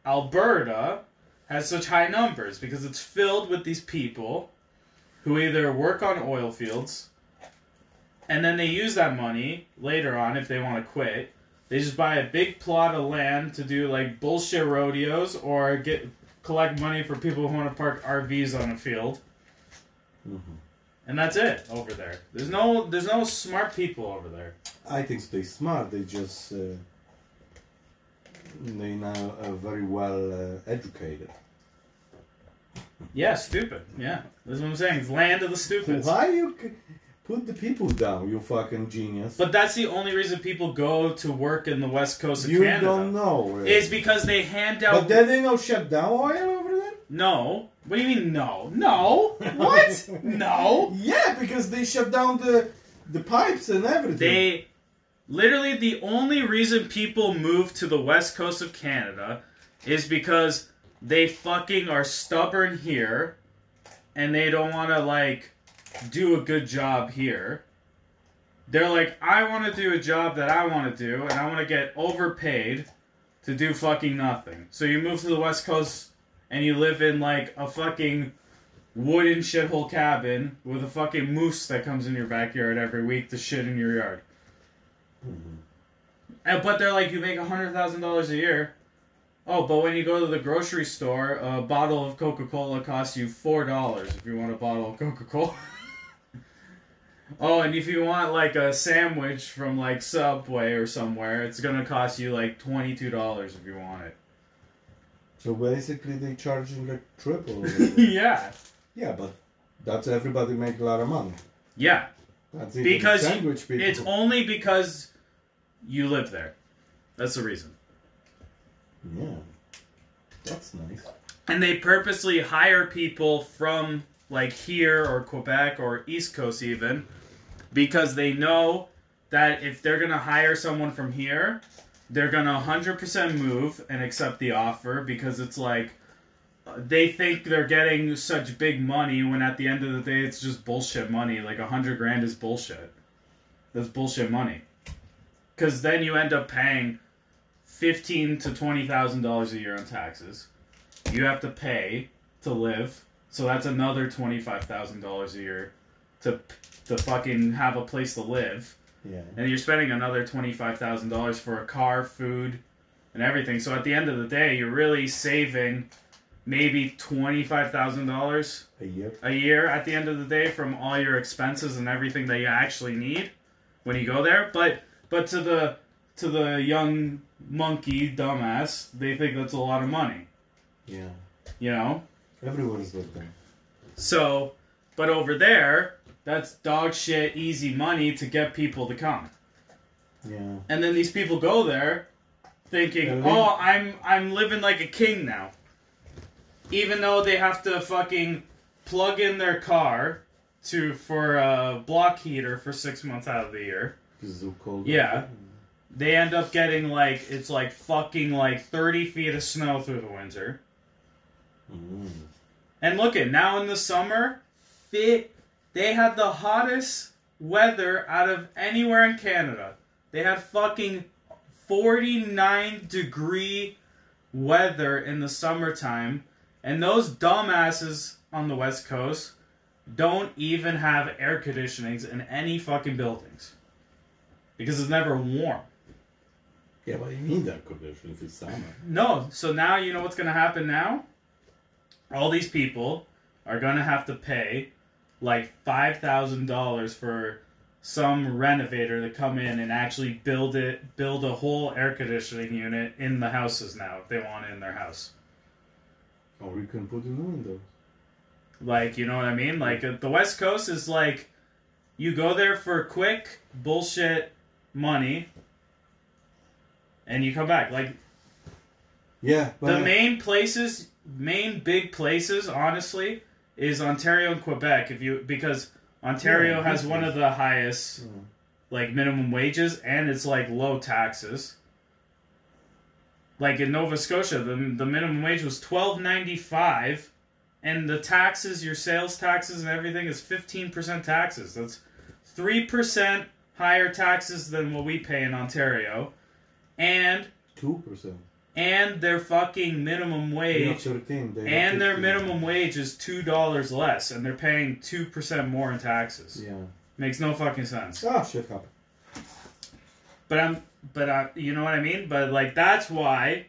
Speaker 1: Alberta has such high numbers because it's filled with these people who either work on oil fields and then they use that money later on if they want to quit. They just buy a big plot of land to do like bullshit rodeos or get collect money for people who want to park RVs on a field. And that's it over there. There's no there's no smart people over there.
Speaker 2: I think they smart. They just uh, they now are very well uh, educated.
Speaker 1: Yeah, stupid. Yeah, that's what I'm saying. It's land of the stupid.
Speaker 2: Why you c- Put the people down, you fucking genius.
Speaker 1: But that's the only reason people go to work in the west coast of
Speaker 2: you
Speaker 1: Canada.
Speaker 2: don't know. really.
Speaker 1: Is because they hand out
Speaker 2: but there ain't no shutdown oil over there?
Speaker 1: no. What do you mean no?
Speaker 2: [laughs]
Speaker 1: No. What? no.
Speaker 2: Yeah, because they shut down the the pipes and everything.
Speaker 1: They literally the only reason people move to the west coast of Canada is because they fucking are stubborn here and they don't want to like do a good job here. They're like, I want to do a job that I want to do and I want to get overpaid to do fucking nothing. So you move to the west coast and you live in like a fucking wooden shithole cabin with a fucking moose that comes in your backyard every week to shit in your yard. And, but they're like, you make hundred thousand dollars a year. Oh, but when you go to the grocery store, a bottle of Coca Cola costs you four dollars if you want a bottle of Coca Cola. [laughs] oh, and if you want like a sandwich from like Subway or somewhere, it's gonna cost you like twenty two dollars if you want it.
Speaker 2: so basically they charging like
Speaker 1: [laughs]
Speaker 2: triple. over there.
Speaker 1: yeah,
Speaker 2: yeah, but that's everybody make a lot of money.
Speaker 1: yeah.
Speaker 2: That's it.
Speaker 1: Because
Speaker 2: sandwich people.
Speaker 1: It's only because you live there. That's the reason.
Speaker 2: yeah, that's nice.
Speaker 1: and they purposely hire people from like here or Quebec or East Coast even because they know that if they're going to hire someone from here, they're going to 100% move and accept the offer because it's like uh, they think they're getting such big money when at the end of the day it's just bullshit money. Like a 100 grand is bullshit. That's bullshit money. Cuz then you end up paying 15 to $20,000 a year on taxes you have to pay to live. So that's another twenty five thousand dollars a year to to fucking have a place to live,
Speaker 2: Yeah,
Speaker 1: and you're spending another twenty five thousand dollars for a car, food, and everything. So at the end of the day, you're really saving maybe twenty five thousand dollars
Speaker 2: a year.
Speaker 1: a year at the end of the day from all your expenses and everything that you actually need when you go there. But but to the to the young monkey dumbass, they think that's a lot of money.
Speaker 2: Yeah,
Speaker 1: You know,
Speaker 2: everyone's like that.
Speaker 1: So, but over there, that's dog shit easy money to get people to come.
Speaker 2: Yeah,
Speaker 1: And then these people go there thinking,
Speaker 2: And they-
Speaker 1: "Oh, I'm I'm living like a king now." Even though they have to fucking plug in their car to for a block heater for 6 months out of the year.
Speaker 2: it's so cold.
Speaker 1: Yeah. They end up getting like it's like fucking like 30 feet of snow through the winter.
Speaker 2: Mm.
Speaker 1: And look at now in the summer, fit they had the hottest weather out of anywhere in Canada. They had fucking 49 degree weather in the summertime, and those dumbasses on the west coast don't even have air conditionings in any fucking buildings because it's never warm.
Speaker 2: Yeah, but you need that condition if it's summer.
Speaker 1: No. So now you know what's going to happen now? All these people are going to have to pay like $5,000 for some renovator to come in and actually build it, build a whole air conditioning unit in the houses now if they want it in their house.
Speaker 2: Or you can put in the window.
Speaker 1: Like, you know what I mean? Like, uh, the West Coast is like, you go there for quick bullshit money and you come back. Like,
Speaker 2: Yeah, but
Speaker 1: The main places, main big places, honestly, is Ontario and Quebec. If you because Ontario
Speaker 2: Yeah,
Speaker 1: has
Speaker 2: that's
Speaker 1: one
Speaker 2: nice.
Speaker 1: of the highest
Speaker 2: Mm.
Speaker 1: like minimum wages, and it's like low taxes. Like in Nova Scotia, the the minimum wage was twelve ninety five, and the taxes, your sales taxes and everything, is fifteen percent taxes. That's three percent higher taxes than what we pay in Ontario, and
Speaker 2: two percent.
Speaker 1: and their fucking minimum wage
Speaker 2: thirteen. They have
Speaker 1: and their
Speaker 2: 15.
Speaker 1: minimum wage is two dollars less and they're paying two percent more in taxes
Speaker 2: Yeah.
Speaker 1: makes no fucking sense
Speaker 2: Ah, shit happened.
Speaker 1: but i'm but i you know what i mean but like that's why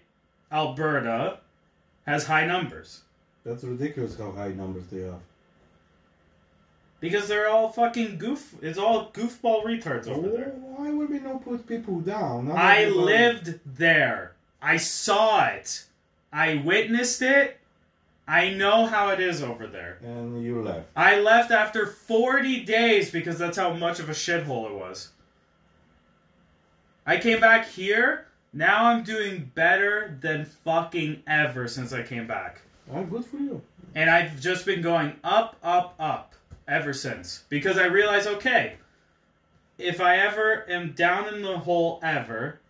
Speaker 1: alberta has high numbers
Speaker 2: That's ridiculous how high numbers they have.
Speaker 1: because they're all fucking goof it's all goofball retards over there
Speaker 2: Why would we not put people down? Not
Speaker 1: i
Speaker 2: everybody-
Speaker 1: lived there i saw it i witnessed it I know how it is over there.
Speaker 2: and you left.
Speaker 1: I left after 40 days because that's how much of a shithole it was. I came back here. Now I'm doing better than fucking ever since I came back.
Speaker 2: Ah, good for you.
Speaker 1: And I've just been going up, up, up ever since. Because I realize, okay, if I ever am down in the hole ever,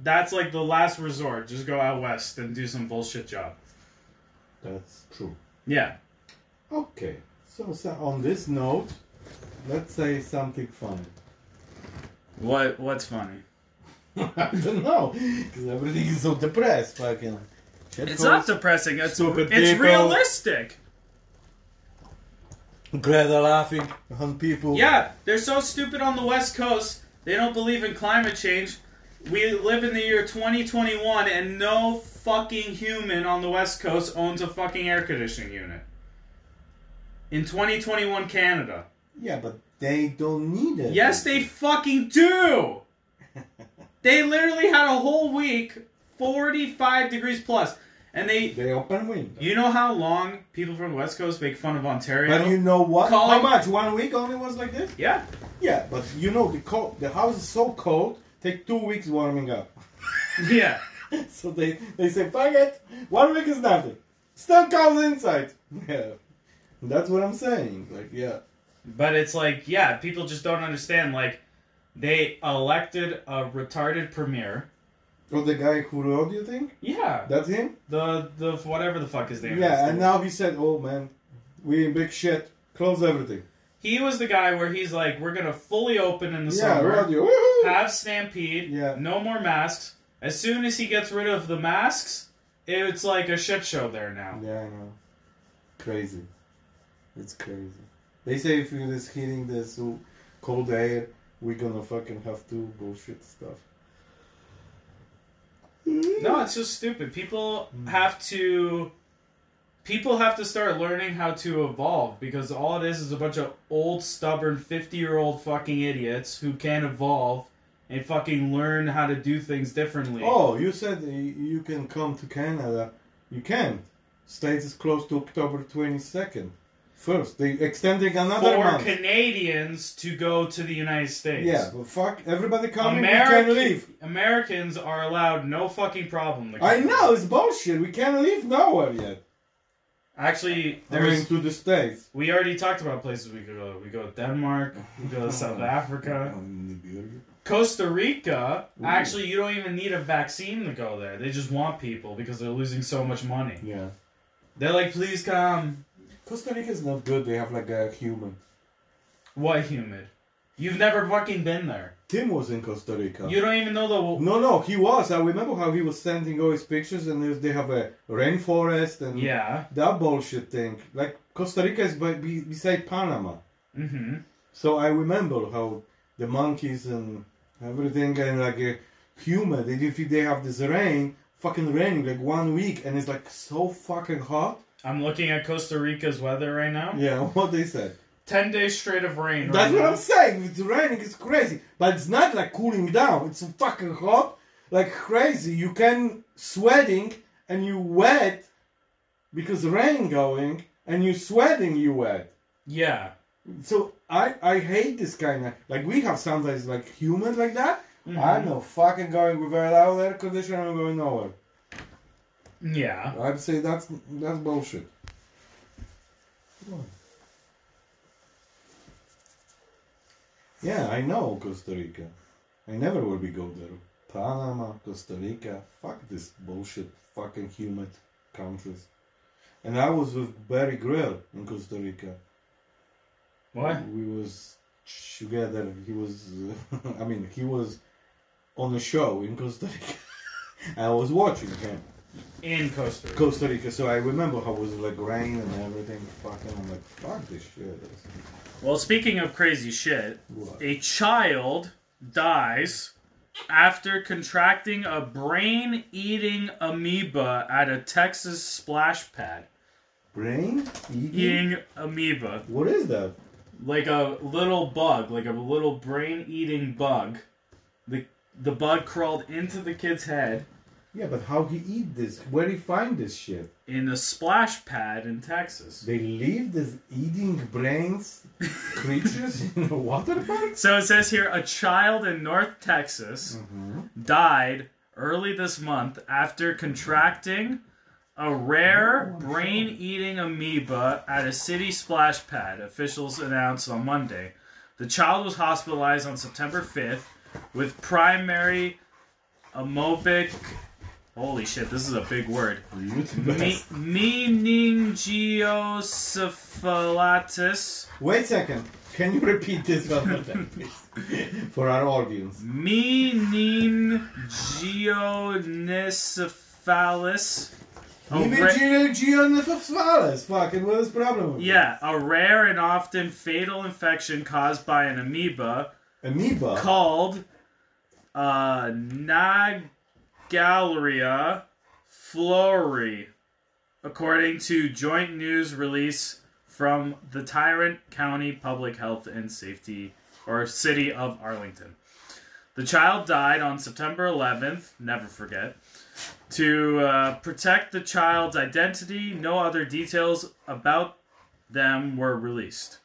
Speaker 1: that's like the last resort. Just go out west and do some bullshit job.
Speaker 2: That's true.
Speaker 1: Yeah.
Speaker 2: Okay. So, so on this note, let's say something funny. [laughs]
Speaker 1: What what's funny?
Speaker 2: I don't know, because everything is so depressed. Fucking. shit
Speaker 1: It's not
Speaker 2: holes.
Speaker 1: depressing. It's
Speaker 2: Stupid
Speaker 1: it's
Speaker 2: people.
Speaker 1: realistic.
Speaker 2: Greta laughing on people.
Speaker 1: Yeah, they're so stupid on the West Coast. They don't believe in climate change. We live in the year 2021 and no fucking human on the West Coast owns a fucking air conditioning unit. In 2021 Canada.
Speaker 2: Yeah, but they don't need it.
Speaker 1: Yes, they fucking do. They literally had a whole week 45 degrees plus and they
Speaker 2: [laughs] They open window.
Speaker 1: you know how long people from the West Coast make fun of Ontario?
Speaker 2: But you know what? How
Speaker 1: Calling-
Speaker 2: much? One week only was like this?
Speaker 1: yeah. [laughs]
Speaker 2: Yeah, but you know the cold, the house is so cold. Take two weeks warming up. [laughs]
Speaker 1: Yeah.
Speaker 2: so they they say fuck it. One week is nothing. Still cold inside. [laughs] Yeah, that's what I'm saying. Like yeah,
Speaker 1: But it's like, yeah, people just don't understand. Like, they elected a retarded premier.
Speaker 2: oh the guy who wrote you think
Speaker 1: Yeah,
Speaker 2: that's him?
Speaker 1: the the whatever the fuck his name
Speaker 2: yeah,
Speaker 1: is.
Speaker 2: and now he said, oh man, we in big shit. Close everything.
Speaker 1: he was the guy where he's like, we're gonna fully open in the
Speaker 2: yeah,
Speaker 1: summer,
Speaker 2: wrote you. Woohoo!
Speaker 1: have stampede,
Speaker 2: Yeah.
Speaker 1: no more masks. As soon as he gets rid of the masks, it's like a shit show there now.
Speaker 2: Yeah, I know. Crazy. It's crazy. They say if you're just hitting this uh, cold air, we're gonna fucking have to bullshit stuff.
Speaker 1: No, it's just stupid. People
Speaker 2: Hmm.
Speaker 1: have to. People have to start learning how to evolve because all it is is a bunch of old, stubborn, 50 year old fucking idiots who can't evolve and fucking learn how to do things differently.
Speaker 2: Oh, you said y- you can come to Canada. You can. States is closed to October 22nd. First, they extending another
Speaker 1: For
Speaker 2: month.
Speaker 1: Canadians to go to the United States.
Speaker 2: yeah, but fuck, everybody coming, we
Speaker 1: American,
Speaker 2: can leave.
Speaker 1: Americans are allowed no fucking problem. to
Speaker 2: I
Speaker 1: come.
Speaker 2: know, it's bullshit. We can't leave nowhere yet.
Speaker 1: Actually,
Speaker 2: I
Speaker 1: there's.
Speaker 2: mean, to the States.
Speaker 1: we already talked about places we could go. We go to Denmark, we go to
Speaker 2: [laughs]
Speaker 1: South Africa. Costa Rica,
Speaker 2: Ooh.
Speaker 1: actually, you don't even need a vaccine to go there. They just want people because they're losing so much money.
Speaker 2: Yeah.
Speaker 1: They're like, please come.
Speaker 2: Costa Rica is not good. They have like a human.
Speaker 1: What humid? You've never fucking been there.
Speaker 2: Tim was in Costa Rica.
Speaker 1: You don't even know the.
Speaker 2: no, no, he was. I remember how he was sending all his pictures, and there's- they have a rainforest and
Speaker 1: Yeah.
Speaker 2: that bullshit thing. Like Costa Rica is by, be, beside Panama,
Speaker 1: Mm hmm.
Speaker 2: so I remember how the monkeys and everything and like a humid. They if they have this rain, fucking raining like one week, and it's like so fucking hot.
Speaker 1: I'm looking at Costa Rica's weather right now.
Speaker 2: Yeah, [laughs] what they said.
Speaker 1: 10 days straight of rain. right
Speaker 2: That's what
Speaker 1: now.
Speaker 2: I'm saying. It's raining, it's crazy. But it's not like cooling down. It's fucking hot, like crazy. You can sweating and you wet because rain going and you sweating you wet.
Speaker 1: Yeah.
Speaker 2: So I I hate this kind of like we have sometimes like humid like that. I'm no fucking going without air conditioner. I'm going nowhere.
Speaker 1: Yeah.
Speaker 2: I'd say that's that's bullshit. Yeah, I know Costa Rica. I never will be go there. Panama, Costa Rica, fuck this bullshit, fucking humid countries. And I was with Barry Grill in Costa Rica.
Speaker 1: What?
Speaker 2: We was together. He was, [laughs] I mean, he was on a show in Costa Rica. [laughs] I was watching him.
Speaker 1: In Costa Rica.
Speaker 2: Costa Rica, so I remember how it was like rain and everything. Fucking, I'm like, fuck this shit.
Speaker 1: Well, speaking of crazy shit,
Speaker 2: What?
Speaker 1: a child dies after contracting a brain eating amoeba at a Texas splash pad.
Speaker 2: Brain? Eating?
Speaker 1: Eating amoeba.
Speaker 2: What is that?
Speaker 1: Like a little bug, like a little brain eating bug. The the bug crawled into the kid's head
Speaker 2: Yeah, but how he eat this? Where he find this shit?
Speaker 1: in a splash pad in Texas.
Speaker 2: They leave this eating brains creatures [laughs] in the water park?
Speaker 1: So it says here a child in North Texas died early this month after contracting a rare brain eating amoeba at a city splash pad, officials announced on Monday. The child was hospitalized on September 5th with primary amoebic. Holy shit, this is a big word.
Speaker 2: You the
Speaker 1: Me-
Speaker 2: best.
Speaker 1: meningiocephalitis.
Speaker 2: Wait a second. Can you repeat this one more time, please? [laughs] For our audience.
Speaker 1: Meningiocephalus. A
Speaker 2: Even
Speaker 1: ra-
Speaker 2: Gino Giannifasfalas. Fucking what is the problem? with
Speaker 1: yeah, a rare and often fatal infection caused by an amoeba
Speaker 2: it? Amoeba.
Speaker 1: called uh, Nagallaria flori, according to joint news release from the Tyrant County Public Health and Safety or City of Arlington. The child died on September 11th, never forget. To uh, protect the child's identity, no other details about them were released,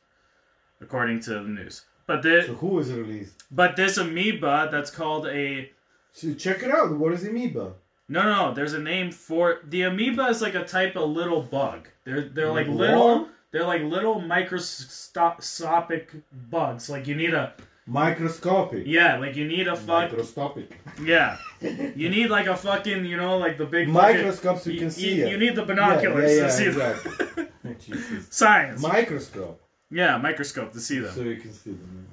Speaker 1: according to the news. But the,
Speaker 2: so who was released?
Speaker 1: but this amoeba that's called a
Speaker 2: So check it out. What is amoeba?
Speaker 1: no no no, there's a name for the amoeba is like a type of little bug. They're they're like
Speaker 2: What?
Speaker 1: little they're like little microscopic bugs. Like you need a
Speaker 2: Microscopic.
Speaker 1: yeah, like you need a fuck
Speaker 2: Microscopic.
Speaker 1: yeah. You need like a fucking you know like the big fucking-
Speaker 2: Microscopes you
Speaker 1: you,
Speaker 2: can see
Speaker 1: you,
Speaker 2: it.
Speaker 1: you need the
Speaker 2: Yeah,
Speaker 1: binoculars
Speaker 2: yeah, yeah,
Speaker 1: to see
Speaker 2: exactly. [laughs] Oh,
Speaker 1: them.
Speaker 2: Jesus.
Speaker 1: Science.
Speaker 2: Microscope.
Speaker 1: yeah, microscope to see them.
Speaker 2: So you can see them.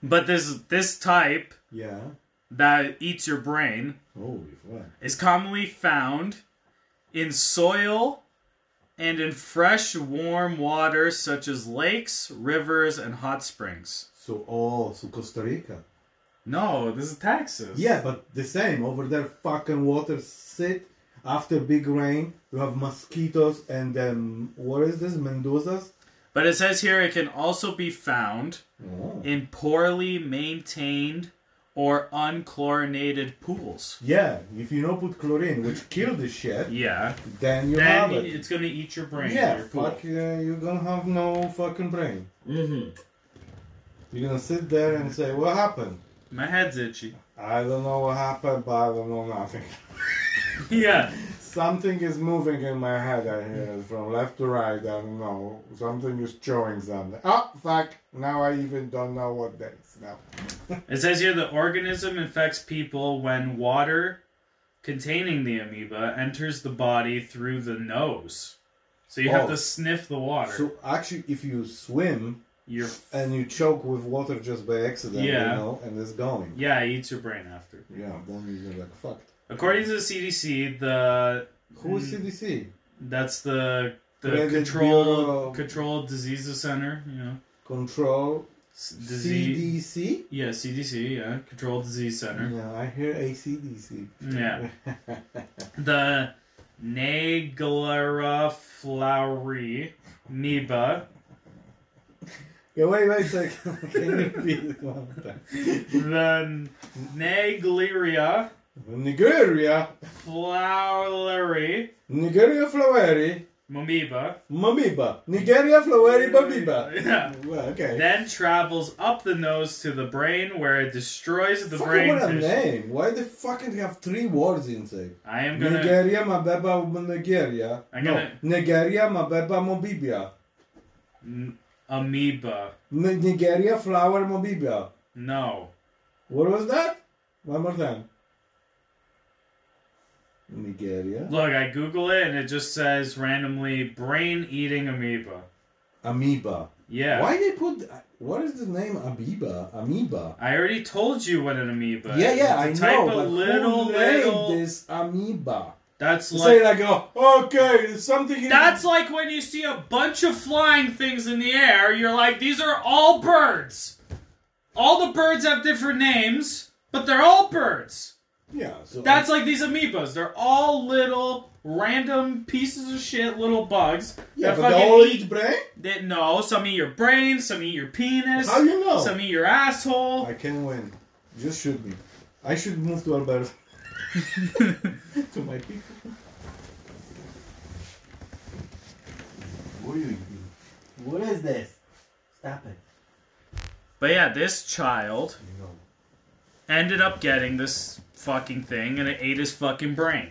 Speaker 1: But this this type
Speaker 2: Yeah. Oh,
Speaker 1: that eats your brain
Speaker 2: Holy fuck.
Speaker 1: is commonly found in soil and in fresh, warm waters such as lakes, rivers, and hot springs.
Speaker 2: So, oh, so Costa Rica.
Speaker 1: No, this is Texas.
Speaker 2: Yeah, but the same. Over there, fucking water sit. After big rain, you have mosquitoes and then, what is this? Mendozas?
Speaker 1: But it says here it can also be found
Speaker 2: Oh.
Speaker 1: in poorly maintained or unchlorinated pools.
Speaker 2: Yeah, if you don't put chlorine, which kill the shit,
Speaker 1: Yeah.
Speaker 2: then you
Speaker 1: Then
Speaker 2: have it.
Speaker 1: it's going to eat your brain.
Speaker 2: yeah,
Speaker 1: your pool.
Speaker 2: fuck, uh, you're gonna have no fucking brain.
Speaker 1: Mhm.
Speaker 2: You're gonna sit there and say, what happened?
Speaker 1: My head's itchy. [laughs]
Speaker 2: I don't know what happened, but I don't know nothing. [laughs]
Speaker 1: Yeah.
Speaker 2: Something is moving in my head, I hear, from left to right, I don't know. Something is chewing something. Oh, fuck, now I even don't know what that is now.
Speaker 1: It says here the organism infects people when water containing the amoeba enters the body through the nose. So you have
Speaker 2: Oh.
Speaker 1: to sniff the water.
Speaker 2: So, actually, if you swim
Speaker 1: You're,
Speaker 2: and you choke with water just by accident,
Speaker 1: Yeah.
Speaker 2: you know, and it's going,
Speaker 1: yeah, it eats your brain after.
Speaker 2: yeah, then you're like, fucked.
Speaker 1: According to the CDC, the
Speaker 2: Who is
Speaker 1: Mm.
Speaker 2: CDC?
Speaker 1: that's the the
Speaker 2: Credit Bureau.
Speaker 1: control control diseases center. You know,
Speaker 2: Control
Speaker 1: S- disease.
Speaker 2: CDC?
Speaker 1: Yeah, CDC. Yeah, control disease center.
Speaker 2: Yeah, I hear ACDC.
Speaker 1: Uh-huh. Yeah, the Naglera floweri amoeba.
Speaker 2: [laughs] yeah, wait, wait a second. [laughs] Can you repeat it one more time?
Speaker 1: the Nagleria
Speaker 2: Nigeria,
Speaker 1: flowery
Speaker 2: Nigeria floweri,
Speaker 1: amoeba
Speaker 2: Mabiba. Nigeria floweri, Mabiba.
Speaker 1: [laughs] Yeah.
Speaker 2: Well, okay.
Speaker 1: then travels up the nose to the brain where it destroys the
Speaker 2: fucking
Speaker 1: brain
Speaker 2: what a
Speaker 1: tissue.
Speaker 2: name. Why they fucking have three words inside?
Speaker 1: I am gonna.
Speaker 2: Nigeria, Mabeba, Nigeria.
Speaker 1: I'm
Speaker 2: no,
Speaker 1: gonna-
Speaker 2: Nigeria, Mabeba, Mobibia.
Speaker 1: N- amoeba.
Speaker 2: N- Nigeria, flower, Mobibia.
Speaker 1: No.
Speaker 2: What was that? One more time. Nigeria.
Speaker 1: Look, I Google it and it just says randomly brain eating amoeba.
Speaker 2: Amoeba.
Speaker 1: Yeah.
Speaker 2: Why they put what is the name Amoeba? Amoeba.
Speaker 1: I already told you what an amoeba
Speaker 2: yeah,
Speaker 1: is.
Speaker 2: yeah, I
Speaker 1: It's a Type
Speaker 2: know. but
Speaker 1: of little,
Speaker 2: who named
Speaker 1: little.
Speaker 2: this amoeba?
Speaker 1: That's like.
Speaker 2: Say like, oh, okay, there's something. In
Speaker 1: That's like when you see a bunch of flying things in the air, you're like, these are all birds. All the birds have different names, but they're all birds.
Speaker 2: yeah. So
Speaker 1: That's like these amoebas. They're all little random pieces of shit, little bugs.
Speaker 2: yeah,
Speaker 1: that
Speaker 2: but they
Speaker 1: fucking
Speaker 2: all eat brain.
Speaker 1: That no, some eat your brain, some eat your penis,
Speaker 2: How you know?
Speaker 1: [laughs] some eat your asshole.
Speaker 2: I can win. Just shoot me. I should move to Alberta. to my people.
Speaker 4: What are you doing? What is this? Stop it.
Speaker 1: But yeah, this child
Speaker 4: You know.
Speaker 1: ended up getting this fucking thing and it ate his fucking brain.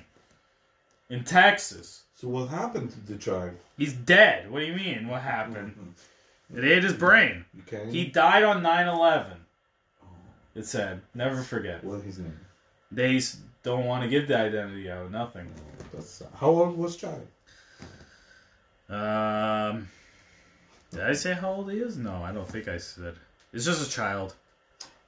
Speaker 1: In Texas.
Speaker 2: So what happened to the child?
Speaker 1: He's dead. What do you mean? What happened? It ate his brain.
Speaker 2: You can
Speaker 1: He died on 9 11. It said, never forget.
Speaker 2: What his name?
Speaker 1: They s- don't want to give the identity out, nothing.
Speaker 2: That's uh, how old was child?
Speaker 1: Um, did I say how old he is? No, I don't think I said. It's just a child.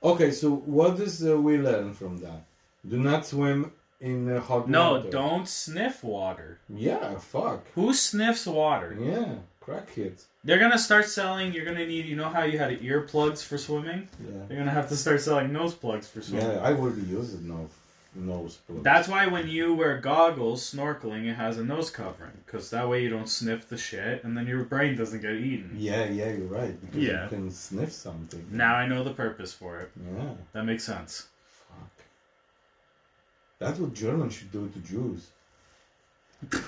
Speaker 2: Okay, so what does uh, we learn from that? Do not swim in uh, hot
Speaker 1: No,
Speaker 2: water.
Speaker 1: don't sniff water.
Speaker 2: Yeah, fuck.
Speaker 1: Who sniffs water?
Speaker 2: Yeah, crackhead.
Speaker 1: They're gonna start selling. You're gonna need. You know how you had earplugs for swimming?
Speaker 2: Yeah.
Speaker 1: They're gonna have to start selling nose plugs for swimming.
Speaker 2: Yeah, I will be using no nose plugs.
Speaker 1: That's why when you wear goggles snorkeling, it has a nose covering, because that way you don't sniff the shit, and then your brain doesn't get eaten.
Speaker 2: Yeah, yeah, you're right. Because
Speaker 1: Yeah.
Speaker 2: you can sniff something.
Speaker 1: Now I know the purpose for it.
Speaker 2: Yeah,
Speaker 1: That makes sense.
Speaker 2: fuck. That's what Germans should do to Jews.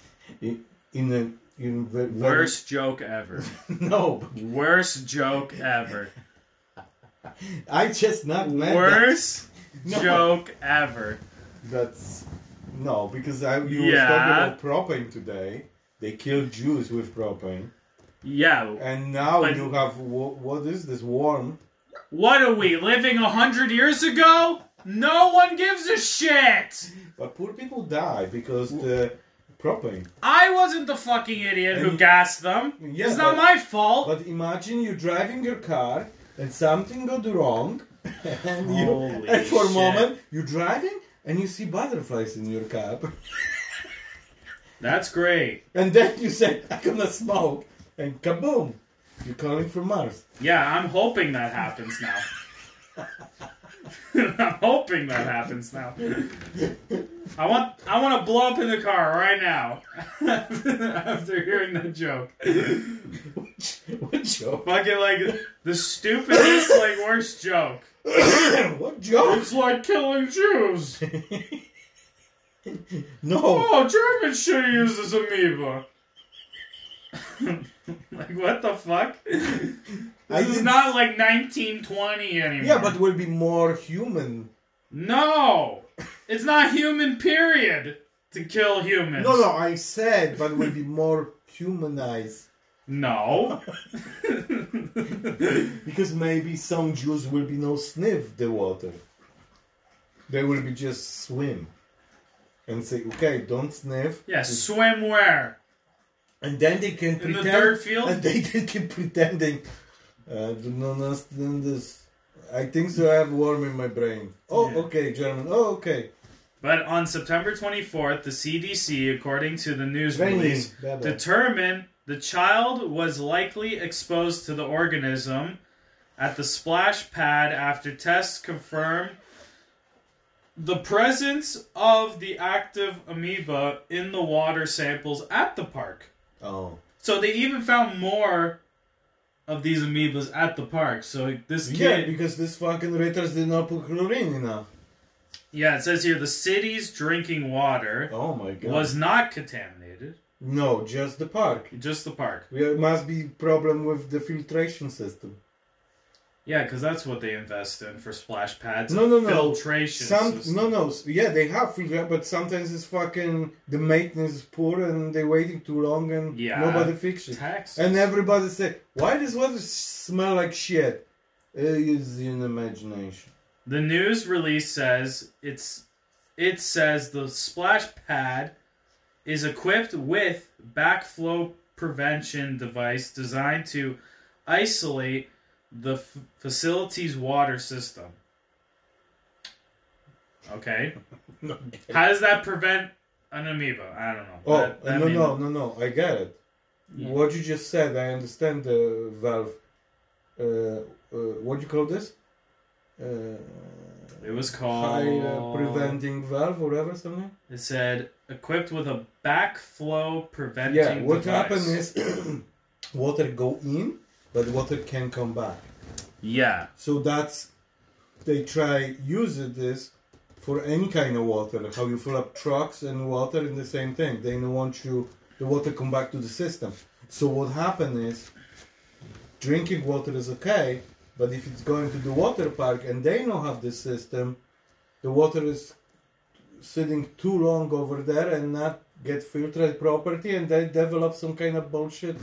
Speaker 2: [laughs] in in a in ve- very,
Speaker 1: Worst joke ever.
Speaker 2: [laughs] no, but
Speaker 1: Worst joke ever.
Speaker 2: I just not meant
Speaker 1: Worst
Speaker 2: [laughs] No.
Speaker 1: joke ever.
Speaker 2: That. That's no, because I you
Speaker 1: Yeah.
Speaker 2: was talking about propane today. They killed Jews with propane,
Speaker 1: Yeah.
Speaker 2: and now
Speaker 1: But-
Speaker 2: you have wha- what is this warm?
Speaker 1: What are we living a hundred years ago? No one gives a shit.
Speaker 2: But poor people die because the propane.
Speaker 1: I wasn't the fucking idiot who gassed them.
Speaker 2: Yeah,
Speaker 1: it's not
Speaker 2: but-
Speaker 1: my fault.
Speaker 2: But imagine you're driving your car and something goes wrong, [laughs] and you
Speaker 1: Holy
Speaker 2: and for
Speaker 1: shit.
Speaker 2: a moment you're driving and you see butterflies in your cup, [laughs]
Speaker 1: That's great.
Speaker 2: and then you say, "I'm gonna smoke," and kaboom, you're calling from Mars.
Speaker 1: Yeah, I'm hoping that happens now. [laughs] I'm hoping that happens now. I want I want to blow up in the car right now [laughs] after hearing that joke.
Speaker 2: [laughs] what joke?
Speaker 1: Fucking like the stupidest, like worst joke.
Speaker 2: [coughs] what joke?
Speaker 1: It's like killing Jews.
Speaker 2: No,
Speaker 1: Oh, Germans should have used this amoeba. [laughs] like what the fuck? This
Speaker 2: I
Speaker 1: is
Speaker 2: didn't-
Speaker 1: not like 1920 anymore.
Speaker 2: Yeah, but we'll be more human.
Speaker 1: no, it's not human. Period. To kill humans.
Speaker 2: No, no, I said, but we'll be more humanized
Speaker 1: No. [laughs]
Speaker 2: because maybe some Jews will be no sniff the water. They will be just swim and say, okay, don't sniff.
Speaker 1: yeah, swim where?
Speaker 2: And then they can
Speaker 1: In the
Speaker 2: pretend.
Speaker 1: dirt field?
Speaker 2: And [laughs] they can keep pretending. Uh, do not understand this. I think so. I have worm in my brain. Oh,
Speaker 1: Yeah.
Speaker 2: okay, German. Oh, okay.
Speaker 1: But on September 24th, the CDC, according to the news
Speaker 2: Raining.
Speaker 1: release,
Speaker 2: Bye-bye.
Speaker 1: determined the child was likely exposed to the organism at the splash pad after tests confirmed the presence of the active amoeba in the water samples at the park.
Speaker 2: Oh,
Speaker 1: So they even found more of these amoebas at the park. So this kid
Speaker 2: yeah, because this fucking Reuters did not put chlorine enough.
Speaker 1: Yeah, it says here the city's drinking water
Speaker 2: Oh my god.
Speaker 1: was not contaminated,
Speaker 2: No, just the park.
Speaker 1: just the park.
Speaker 2: There must be problem with the filtration system.
Speaker 1: Yeah, because that's what they invest in for splash pads.
Speaker 2: No, no, no.
Speaker 1: Filtration.
Speaker 2: Some
Speaker 1: system.
Speaker 2: no, no. s- Yeah, they have filtration, but sometimes it's fucking the maintenance is poor and they're waiting too long and
Speaker 1: Yeah.
Speaker 2: nobody fixes it.
Speaker 1: Taxes.
Speaker 2: And everybody say, "Why does water s- smell like shit?" It's in imagination.
Speaker 1: the news release says it's it says the splash pad is equipped with backflow prevention device designed to isolate the f- facility's water system.
Speaker 2: [laughs]
Speaker 1: Okay. How does that prevent an amoeba? I don't know.
Speaker 2: Oh
Speaker 1: That- that
Speaker 2: no,
Speaker 1: mean-
Speaker 2: no, no, no! I get it.
Speaker 1: Yeah.
Speaker 2: What you just said, I understand the valve. Uh, uh, what do you call this? Uh,
Speaker 1: It was called.
Speaker 2: high uh, preventing valve or whatever something.
Speaker 1: It said equipped with a backflow preventing.
Speaker 2: Yeah, what
Speaker 1: device.
Speaker 2: happened is [clears throat] water go in, but water can come back.
Speaker 1: Yeah.
Speaker 2: So that's they try use it this for any kind of water. How you fill up trucks and water in the same thing. They don't want you the water come back to the system. So what happened is drinking water is okay, but if it's going to the water park and they don't have this system, the water is sitting too long over there and not get filtered properly, and they develop some kind of bullshit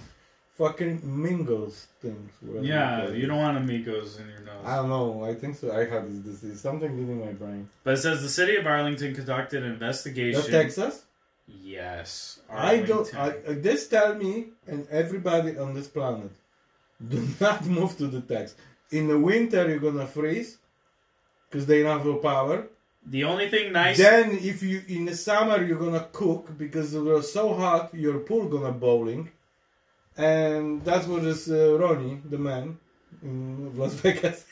Speaker 2: fucking mingles things. whatever
Speaker 1: Yeah,
Speaker 2: it is.
Speaker 1: you don't want amigos in your nose.
Speaker 2: I don't know. I think so. I have this disease. Something is in my brain.
Speaker 1: But it says the city of Arlington conducted an
Speaker 2: That
Speaker 1: investigation.
Speaker 2: Texas?
Speaker 1: Yes.
Speaker 2: I don't.
Speaker 1: Arlington.
Speaker 2: I, I- this tell me and everybody on this planet, do [laughs] not move to the Texas. In the winter, you're gonna freeze, because they don't have no power.
Speaker 1: The only thing nice.
Speaker 2: Then, if you in the summer, you're gonna cook because it was so hot. Your pool gonna bowling, and that's what is uh, Ronnie, the man in Las [laughs] Vegas.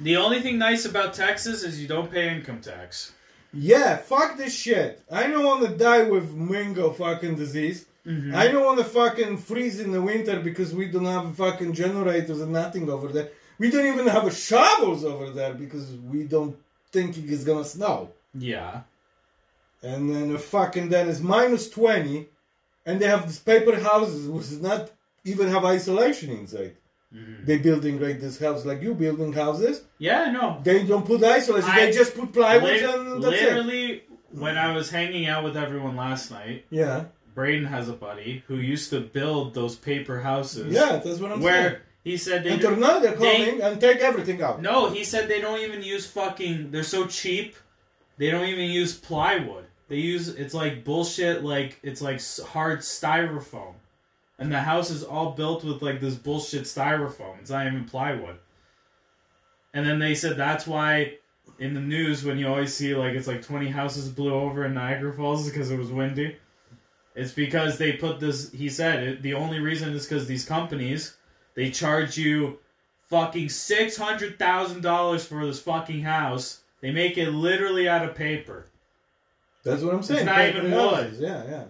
Speaker 1: The only thing nice about Texas is you don't pay income tax.
Speaker 2: Yeah, fuck this shit. I don't want to die with mingo fucking disease.
Speaker 1: Mm-hmm.
Speaker 2: I don't want to fucking freeze in the winter because we don't have fucking generators and nothing over there. We don't even have shovels over there because we don't think it's gonna snow.
Speaker 1: Yeah.
Speaker 2: And then the fucking then it's minus twenty, and they have these paper houses which is not even have isolation inside.
Speaker 1: Mm-hmm.
Speaker 2: They building like this house like you building houses.
Speaker 1: Yeah, no.
Speaker 2: They don't put isolation.
Speaker 1: I-
Speaker 2: they just put plywood
Speaker 1: Lit-
Speaker 2: and that's it.
Speaker 1: literally, when I was hanging out with everyone last night,
Speaker 2: Yeah,
Speaker 1: Braden has a buddy who used to build those paper houses.
Speaker 2: yeah, that's what I'm saying.
Speaker 1: Where he said they.
Speaker 2: And
Speaker 1: do-
Speaker 2: now they're
Speaker 1: they-
Speaker 2: coming and take everything out.
Speaker 1: No, he said they don't even use fucking. They're so cheap. They don't even use plywood. They use it's like bullshit. Like it's like s- hard styrofoam, and the house is all built with like this bullshit styrofoam. It's not even plywood. And then they said that's why in the news when you always see like it's like twenty houses blew over in Niagara Falls because it was windy. It's because they put this. He said it, the only reason is because these companies they charge you fucking six hundred thousand dollars for this fucking house. They make it literally out of paper.
Speaker 2: That's what I'm saying.
Speaker 1: not
Speaker 2: Paper
Speaker 1: even
Speaker 2: houses, Yeah, yeah.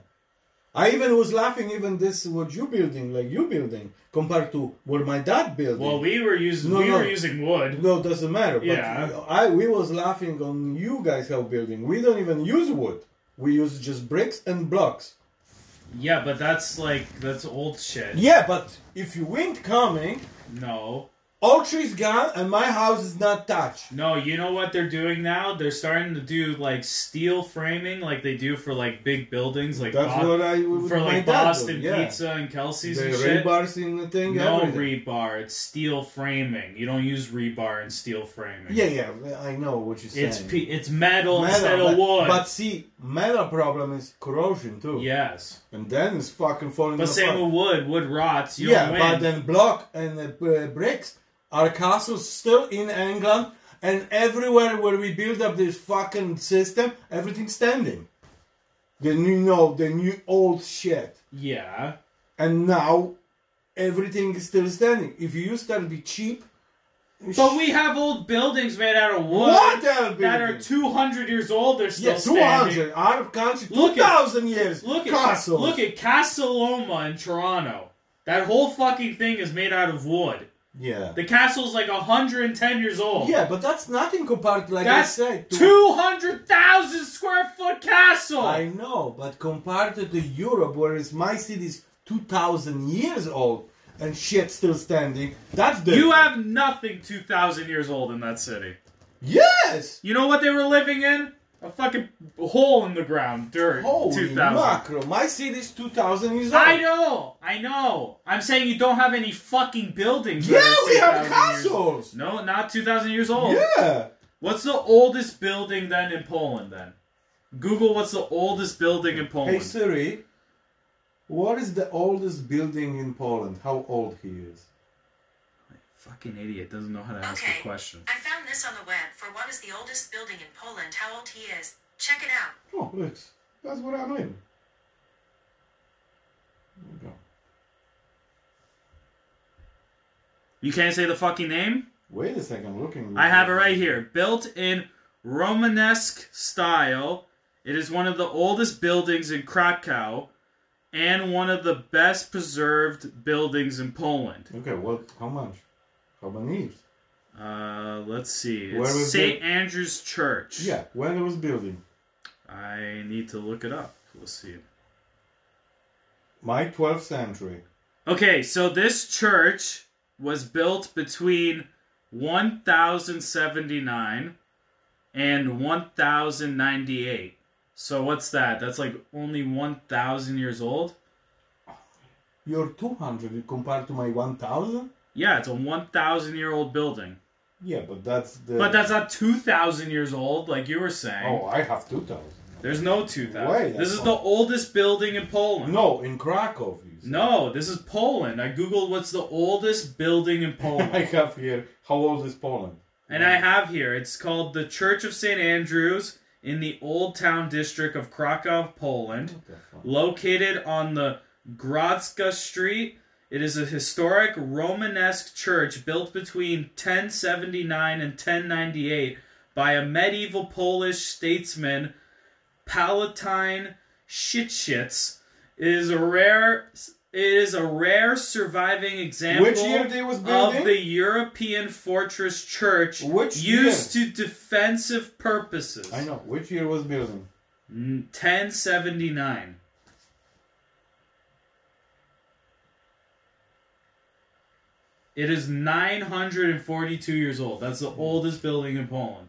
Speaker 2: I even was laughing even this what you building, like you building, compared to what my dad building.
Speaker 1: Well, we were using
Speaker 2: No,
Speaker 1: we
Speaker 2: no.
Speaker 1: were using wood.
Speaker 2: no, doesn't matter. But
Speaker 1: Yeah.
Speaker 2: I we was laughing on you guys how building. We don't even use wood. We use just bricks and blocks.
Speaker 1: Yeah, but that's like that's old shit.
Speaker 2: Yeah, but if you wind coming,
Speaker 1: No,
Speaker 2: all trees gone and my house is not touched.
Speaker 1: no. You know what they're doing now? They're starting to do like steel framing, like they do for like big buildings, like
Speaker 2: That's
Speaker 1: Bo-
Speaker 2: what I with
Speaker 1: for
Speaker 2: my
Speaker 1: like
Speaker 2: dad
Speaker 1: Boston
Speaker 2: built, yeah.
Speaker 1: Pizza and Kelsey's
Speaker 2: The
Speaker 1: and shit.
Speaker 2: rebars in the thing.
Speaker 1: no
Speaker 2: everything.
Speaker 1: rebar. It's steel framing. You don't use rebar in steel framing.
Speaker 2: Yeah, yeah, I know what you're saying.
Speaker 1: It's pe- it's metal,
Speaker 2: Metal,
Speaker 1: instead of
Speaker 2: but-
Speaker 1: wood.
Speaker 2: But see, metal problem is corrosion too.
Speaker 1: yes.
Speaker 2: And then it's fucking falling
Speaker 1: But
Speaker 2: apart.
Speaker 1: same with wood. Wood rots. You
Speaker 2: yeah,
Speaker 1: don't win.
Speaker 2: but then block and uh, uh, bricks are castles still in England and everywhere where we build up this fucking system, everything's standing. The new, no, the new old shit.
Speaker 1: yeah.
Speaker 2: And now everything is still standing. If you start to be cheap,
Speaker 1: But we have old buildings made out of wood
Speaker 2: What old
Speaker 1: that are
Speaker 2: building?
Speaker 1: 200 years old. They're still
Speaker 2: yeah,
Speaker 1: standing.
Speaker 2: 200 out of country,
Speaker 1: Look at-
Speaker 2: 2000 years.
Speaker 1: Look at
Speaker 2: castles.
Speaker 1: look at Casa Loma in Toronto. That whole fucking thing is made out of wood.
Speaker 2: yeah.
Speaker 1: The castle's like 110 years old.
Speaker 2: Yeah, but that's nothing compared to, like
Speaker 1: That's
Speaker 2: I said. to-
Speaker 1: 200,000 square foot castle.
Speaker 2: I know, but compared to the Europe, whereas my city is 2,000 years old and shit still standing, that's the.
Speaker 1: you have nothing 2,000 years old in that city.
Speaker 2: Yes!
Speaker 1: You know what they were living in? A fucking hole in the ground, dirt.
Speaker 2: Holy
Speaker 1: 2000.
Speaker 2: macro, my city is 2,000 years old.
Speaker 1: I know, I know. I'm saying you don't have any fucking buildings. that are
Speaker 2: Yeah, we have
Speaker 1: 2,000 years-
Speaker 2: castles!
Speaker 1: No, not 2,000 years old.
Speaker 2: Yeah!
Speaker 1: What's the oldest building then in Poland then? Google what's the oldest building in
Speaker 2: Hey
Speaker 1: Poland.
Speaker 2: Siri, what is the oldest building in Poland? How old he is?
Speaker 1: fucking idiot doesn't know how to ask
Speaker 3: Okay.
Speaker 1: a question.
Speaker 3: I found this on the web for what is the oldest building in Poland, how old he is. Check it out.
Speaker 2: Oh, look, that's what I mean.
Speaker 1: You can't say the fucking name?
Speaker 2: Wait a second, I'm looking.
Speaker 1: I have it right here. Built in Romanesque style, it is one of the oldest buildings in Krakow and one of the best preserved buildings in Poland.
Speaker 2: Okay, what? How much? How many years?
Speaker 1: Uh, let's see.
Speaker 2: Where
Speaker 1: It's
Speaker 2: was
Speaker 1: St.
Speaker 2: it?
Speaker 1: Andrew's Church.
Speaker 2: Yeah, when it was building.
Speaker 1: I need to look it up. Let's see.
Speaker 2: My 12th century.
Speaker 1: Okay, so this church was built between 1079 and 1098. So what's that? That's like only 1000 years old?
Speaker 2: You're 200 compared to my 1000?
Speaker 1: Yeah, it's a 1000 year old building.
Speaker 2: Yeah, but that's the.
Speaker 1: But that's not 2000 years old like you were saying.
Speaker 2: Oh, I have 2000.
Speaker 1: There's no 2000.
Speaker 2: Wait,
Speaker 1: this
Speaker 2: that's
Speaker 1: is
Speaker 2: not-
Speaker 1: the oldest building in Poland.
Speaker 2: No, in Krakow. you said.
Speaker 1: No, this is Poland. I googled what's the oldest building in Poland.
Speaker 2: [laughs] I have here. How old is Poland?
Speaker 1: And I have here, it's called the Church of St. Andrews in the Old Town District of Krakow, Poland.
Speaker 2: What the fuck?
Speaker 1: Located on the Grodzka Street, it is a historic Romanesque church built between 1079 and 1098 by a medieval Polish statesman, Palatine Shitschitz. It is a rare. It is a rare surviving example
Speaker 2: Which year they was
Speaker 1: of
Speaker 2: building?
Speaker 1: the European fortress church
Speaker 2: Which
Speaker 1: used to defensive purposes.
Speaker 2: I know. Which year was building?
Speaker 1: N- 1079. It is 942 years old. That's the oldest building in Poland.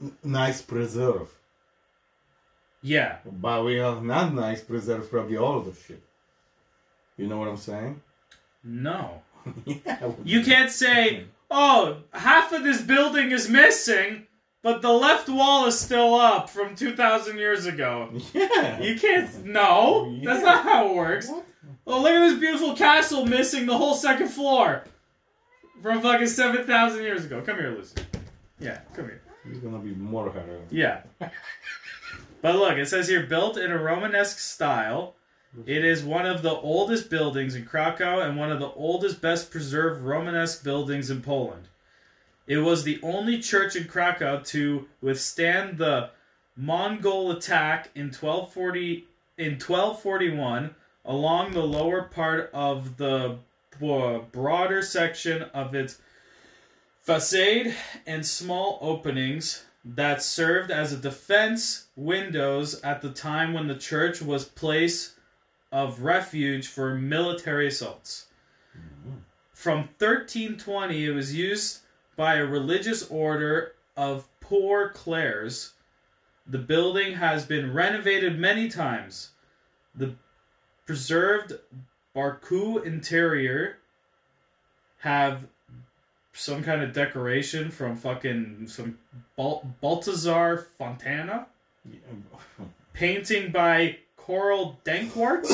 Speaker 2: N- nice preserve.
Speaker 1: Yeah.
Speaker 2: But we have not nice preserve, probably older shit. You know what I'm saying?
Speaker 1: No.
Speaker 2: [laughs] yeah.
Speaker 1: You can't say, oh, half of this building is missing, but the left wall is still up from 2,000 years ago.
Speaker 2: Yeah.
Speaker 1: You can't. No, that's not how it works.
Speaker 2: What?
Speaker 1: Oh, look at this beautiful castle missing the whole second floor from fucking seven thousand years ago. Come here, Lucy. Yeah, come here.
Speaker 2: You're gonna be more harder.
Speaker 1: Yeah. but look, it says here built in a Romanesque style. It is one of the oldest buildings in Krakow and one of the oldest, best preserved Romanesque buildings in Poland. It was the only church in Krakow to withstand the Mongol attack in 1240 in 1241 along the lower part of the bo- broader section of its facade and small openings that served as a defense windows at the time when the church was place of refuge for military assaults. From 1320, it was used by a religious order of poor clares. The building has been renovated many times. The preserved Barku interior have some kind of decoration from fucking some Bal- Baltazar Fontana painting by Coral Dankwart.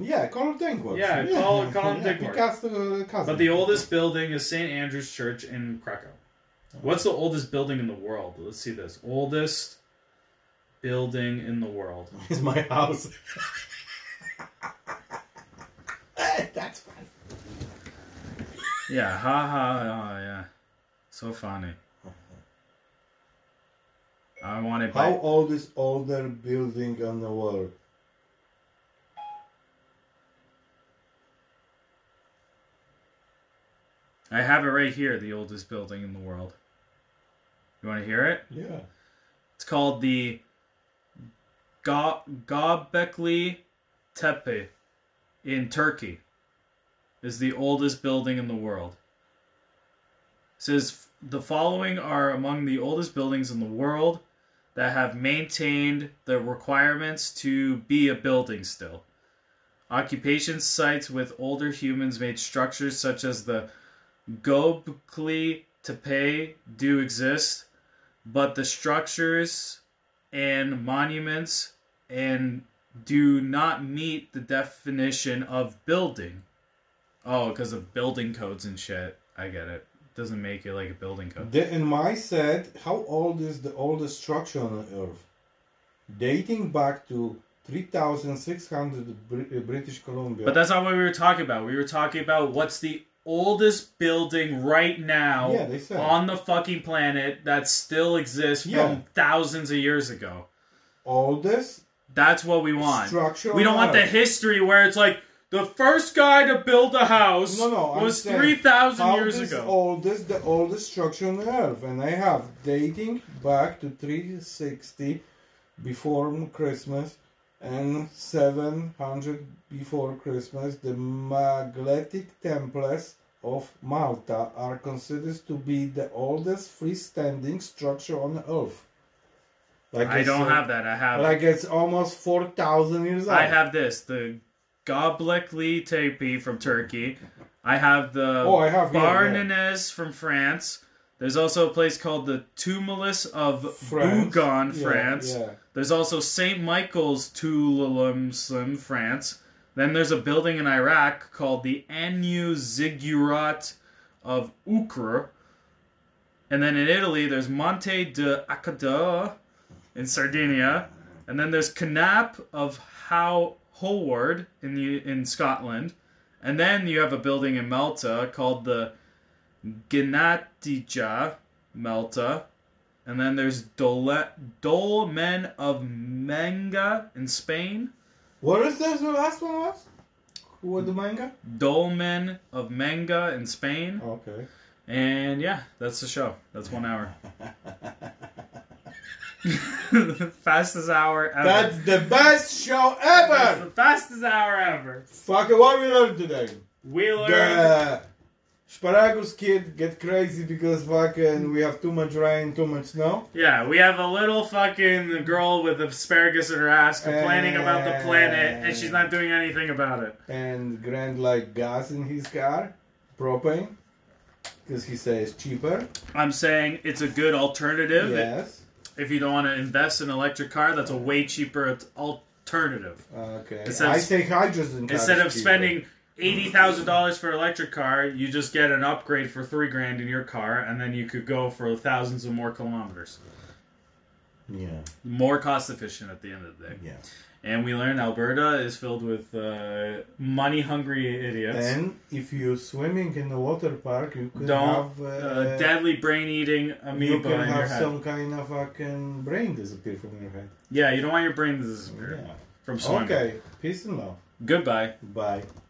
Speaker 2: [coughs] yeah, call it Dankworth.
Speaker 1: Yeah, call- call him Dankworth.
Speaker 2: Picasso, uh, cousin.
Speaker 1: But the
Speaker 2: [laughs]
Speaker 1: oldest building is St. Andrew's Church in Krakow. What's the oldest building in the world? Let's see this. Oldest building in the world.
Speaker 2: is my house. [laughs] That's fine.
Speaker 1: Yeah, ha ha ha, yeah. So funny. I want it
Speaker 2: How old is older building on the world?
Speaker 1: I have it right here, the oldest building in the world. You want to hear it?
Speaker 2: Yeah.
Speaker 1: It's called the Go- Göbekli Tepe in Turkey. Is the oldest building in the world. It says the following are among the oldest buildings in the world that have maintained the requirements to be a building still. Occupation sites with older humans made structures such as the Göbekli Tepe do exist, but the structures and monuments and do not meet the definition of building. Oh, because of building codes and shit. I get it. Doesn't make it like a building code.
Speaker 2: The, in my set, how old is the oldest structure on Earth? Dating back to 3,600 Br- uh, British Columbia.
Speaker 1: But that's not what we were talking about. We were talking about what's the oldest building right now
Speaker 2: Yeah, they said.
Speaker 1: on the fucking planet that still exists from
Speaker 2: Yeah.
Speaker 1: thousands of years ago.
Speaker 2: oldest
Speaker 1: That's what we want.
Speaker 2: structure
Speaker 1: we don't
Speaker 2: on
Speaker 1: want the
Speaker 2: Earth.
Speaker 1: history where it's like The first guy to build a house
Speaker 2: No, no, I'm
Speaker 1: was
Speaker 2: saying,
Speaker 1: three thousand
Speaker 2: How
Speaker 1: years
Speaker 2: this
Speaker 1: ago.
Speaker 2: Oldest, the oldest structure on Earth, and I have dating back to 360 before Christmas and 700 before Christmas. The Magletic Temples of Malta are considered to be the oldest freestanding structure on Earth. Like
Speaker 1: I
Speaker 2: it's,
Speaker 1: don't
Speaker 2: uh,
Speaker 1: have that. I have
Speaker 2: Like it's almost 4,000 years old.
Speaker 1: I have this the Göbekli Tepe from Turkey. I have the
Speaker 2: Oh, I have, yeah,
Speaker 1: Barnines from France. There's also a place called the Tumulus of
Speaker 2: France.
Speaker 1: Bougon,
Speaker 2: Yeah,
Speaker 1: France.
Speaker 2: yeah.
Speaker 1: There's also St. Michael's Tulalumslim, France. Then there's a building in Iraq called the Anu Ziggurat of Ukra. And then in Italy, there's Monte de Acada in Sardinia. And then there's Canap of How Howard in the in Scotland. And then you have a building in Malta called the Gnatija Malta. And then there's Dole- Dolmen of Manga in Spain.
Speaker 2: What is this? The last one was? What the manga?
Speaker 1: Dolmen of Manga in Spain.
Speaker 2: Okay.
Speaker 1: And yeah, that's the show. That's one hour. [laughs] fastest hour ever.
Speaker 2: That's the best show ever!
Speaker 1: That's the fastest hour ever.
Speaker 2: Fucking what we learned today?
Speaker 1: We learned.
Speaker 2: The Sparacus kid get crazy because fucking we have too much rain, too much snow.
Speaker 1: Yeah, we have a little fucking girl with asparagus in her ass complaining about the planet, and she's not doing anything about it.
Speaker 2: And Grant like gas in his car, propane, because he says cheaper.
Speaker 1: I'm saying it's a good alternative.
Speaker 2: Yes.
Speaker 1: If you don't want to invest in an electric car, that's a way cheaper at- alternative.
Speaker 2: Okay.
Speaker 1: Instead of-
Speaker 2: I say hydrogen. car
Speaker 1: Instead
Speaker 2: is
Speaker 1: of
Speaker 2: cheaper.
Speaker 1: spending eighty thousand dollars for an electric car, you just get an upgrade for three grand in your car, and then you could go for thousands of more kilometers.
Speaker 2: Yeah.
Speaker 1: More cost efficient at the end of the day.
Speaker 2: Yeah.
Speaker 1: And we learn Alberta is filled with uh, money hungry idiots.
Speaker 2: And if you're swimming in the water park, you can
Speaker 1: Don't
Speaker 2: have. Uh,
Speaker 1: uh, deadly brain eating
Speaker 2: you
Speaker 1: amoeba
Speaker 2: can
Speaker 1: in your
Speaker 2: have
Speaker 1: head.
Speaker 2: some kind of fucking brain disappear from your head.
Speaker 1: Yeah, you don't want your brain to disappear
Speaker 2: Yeah.
Speaker 1: from swimming.
Speaker 2: Okay. Peace and love.
Speaker 1: Goodbye.
Speaker 2: Bye.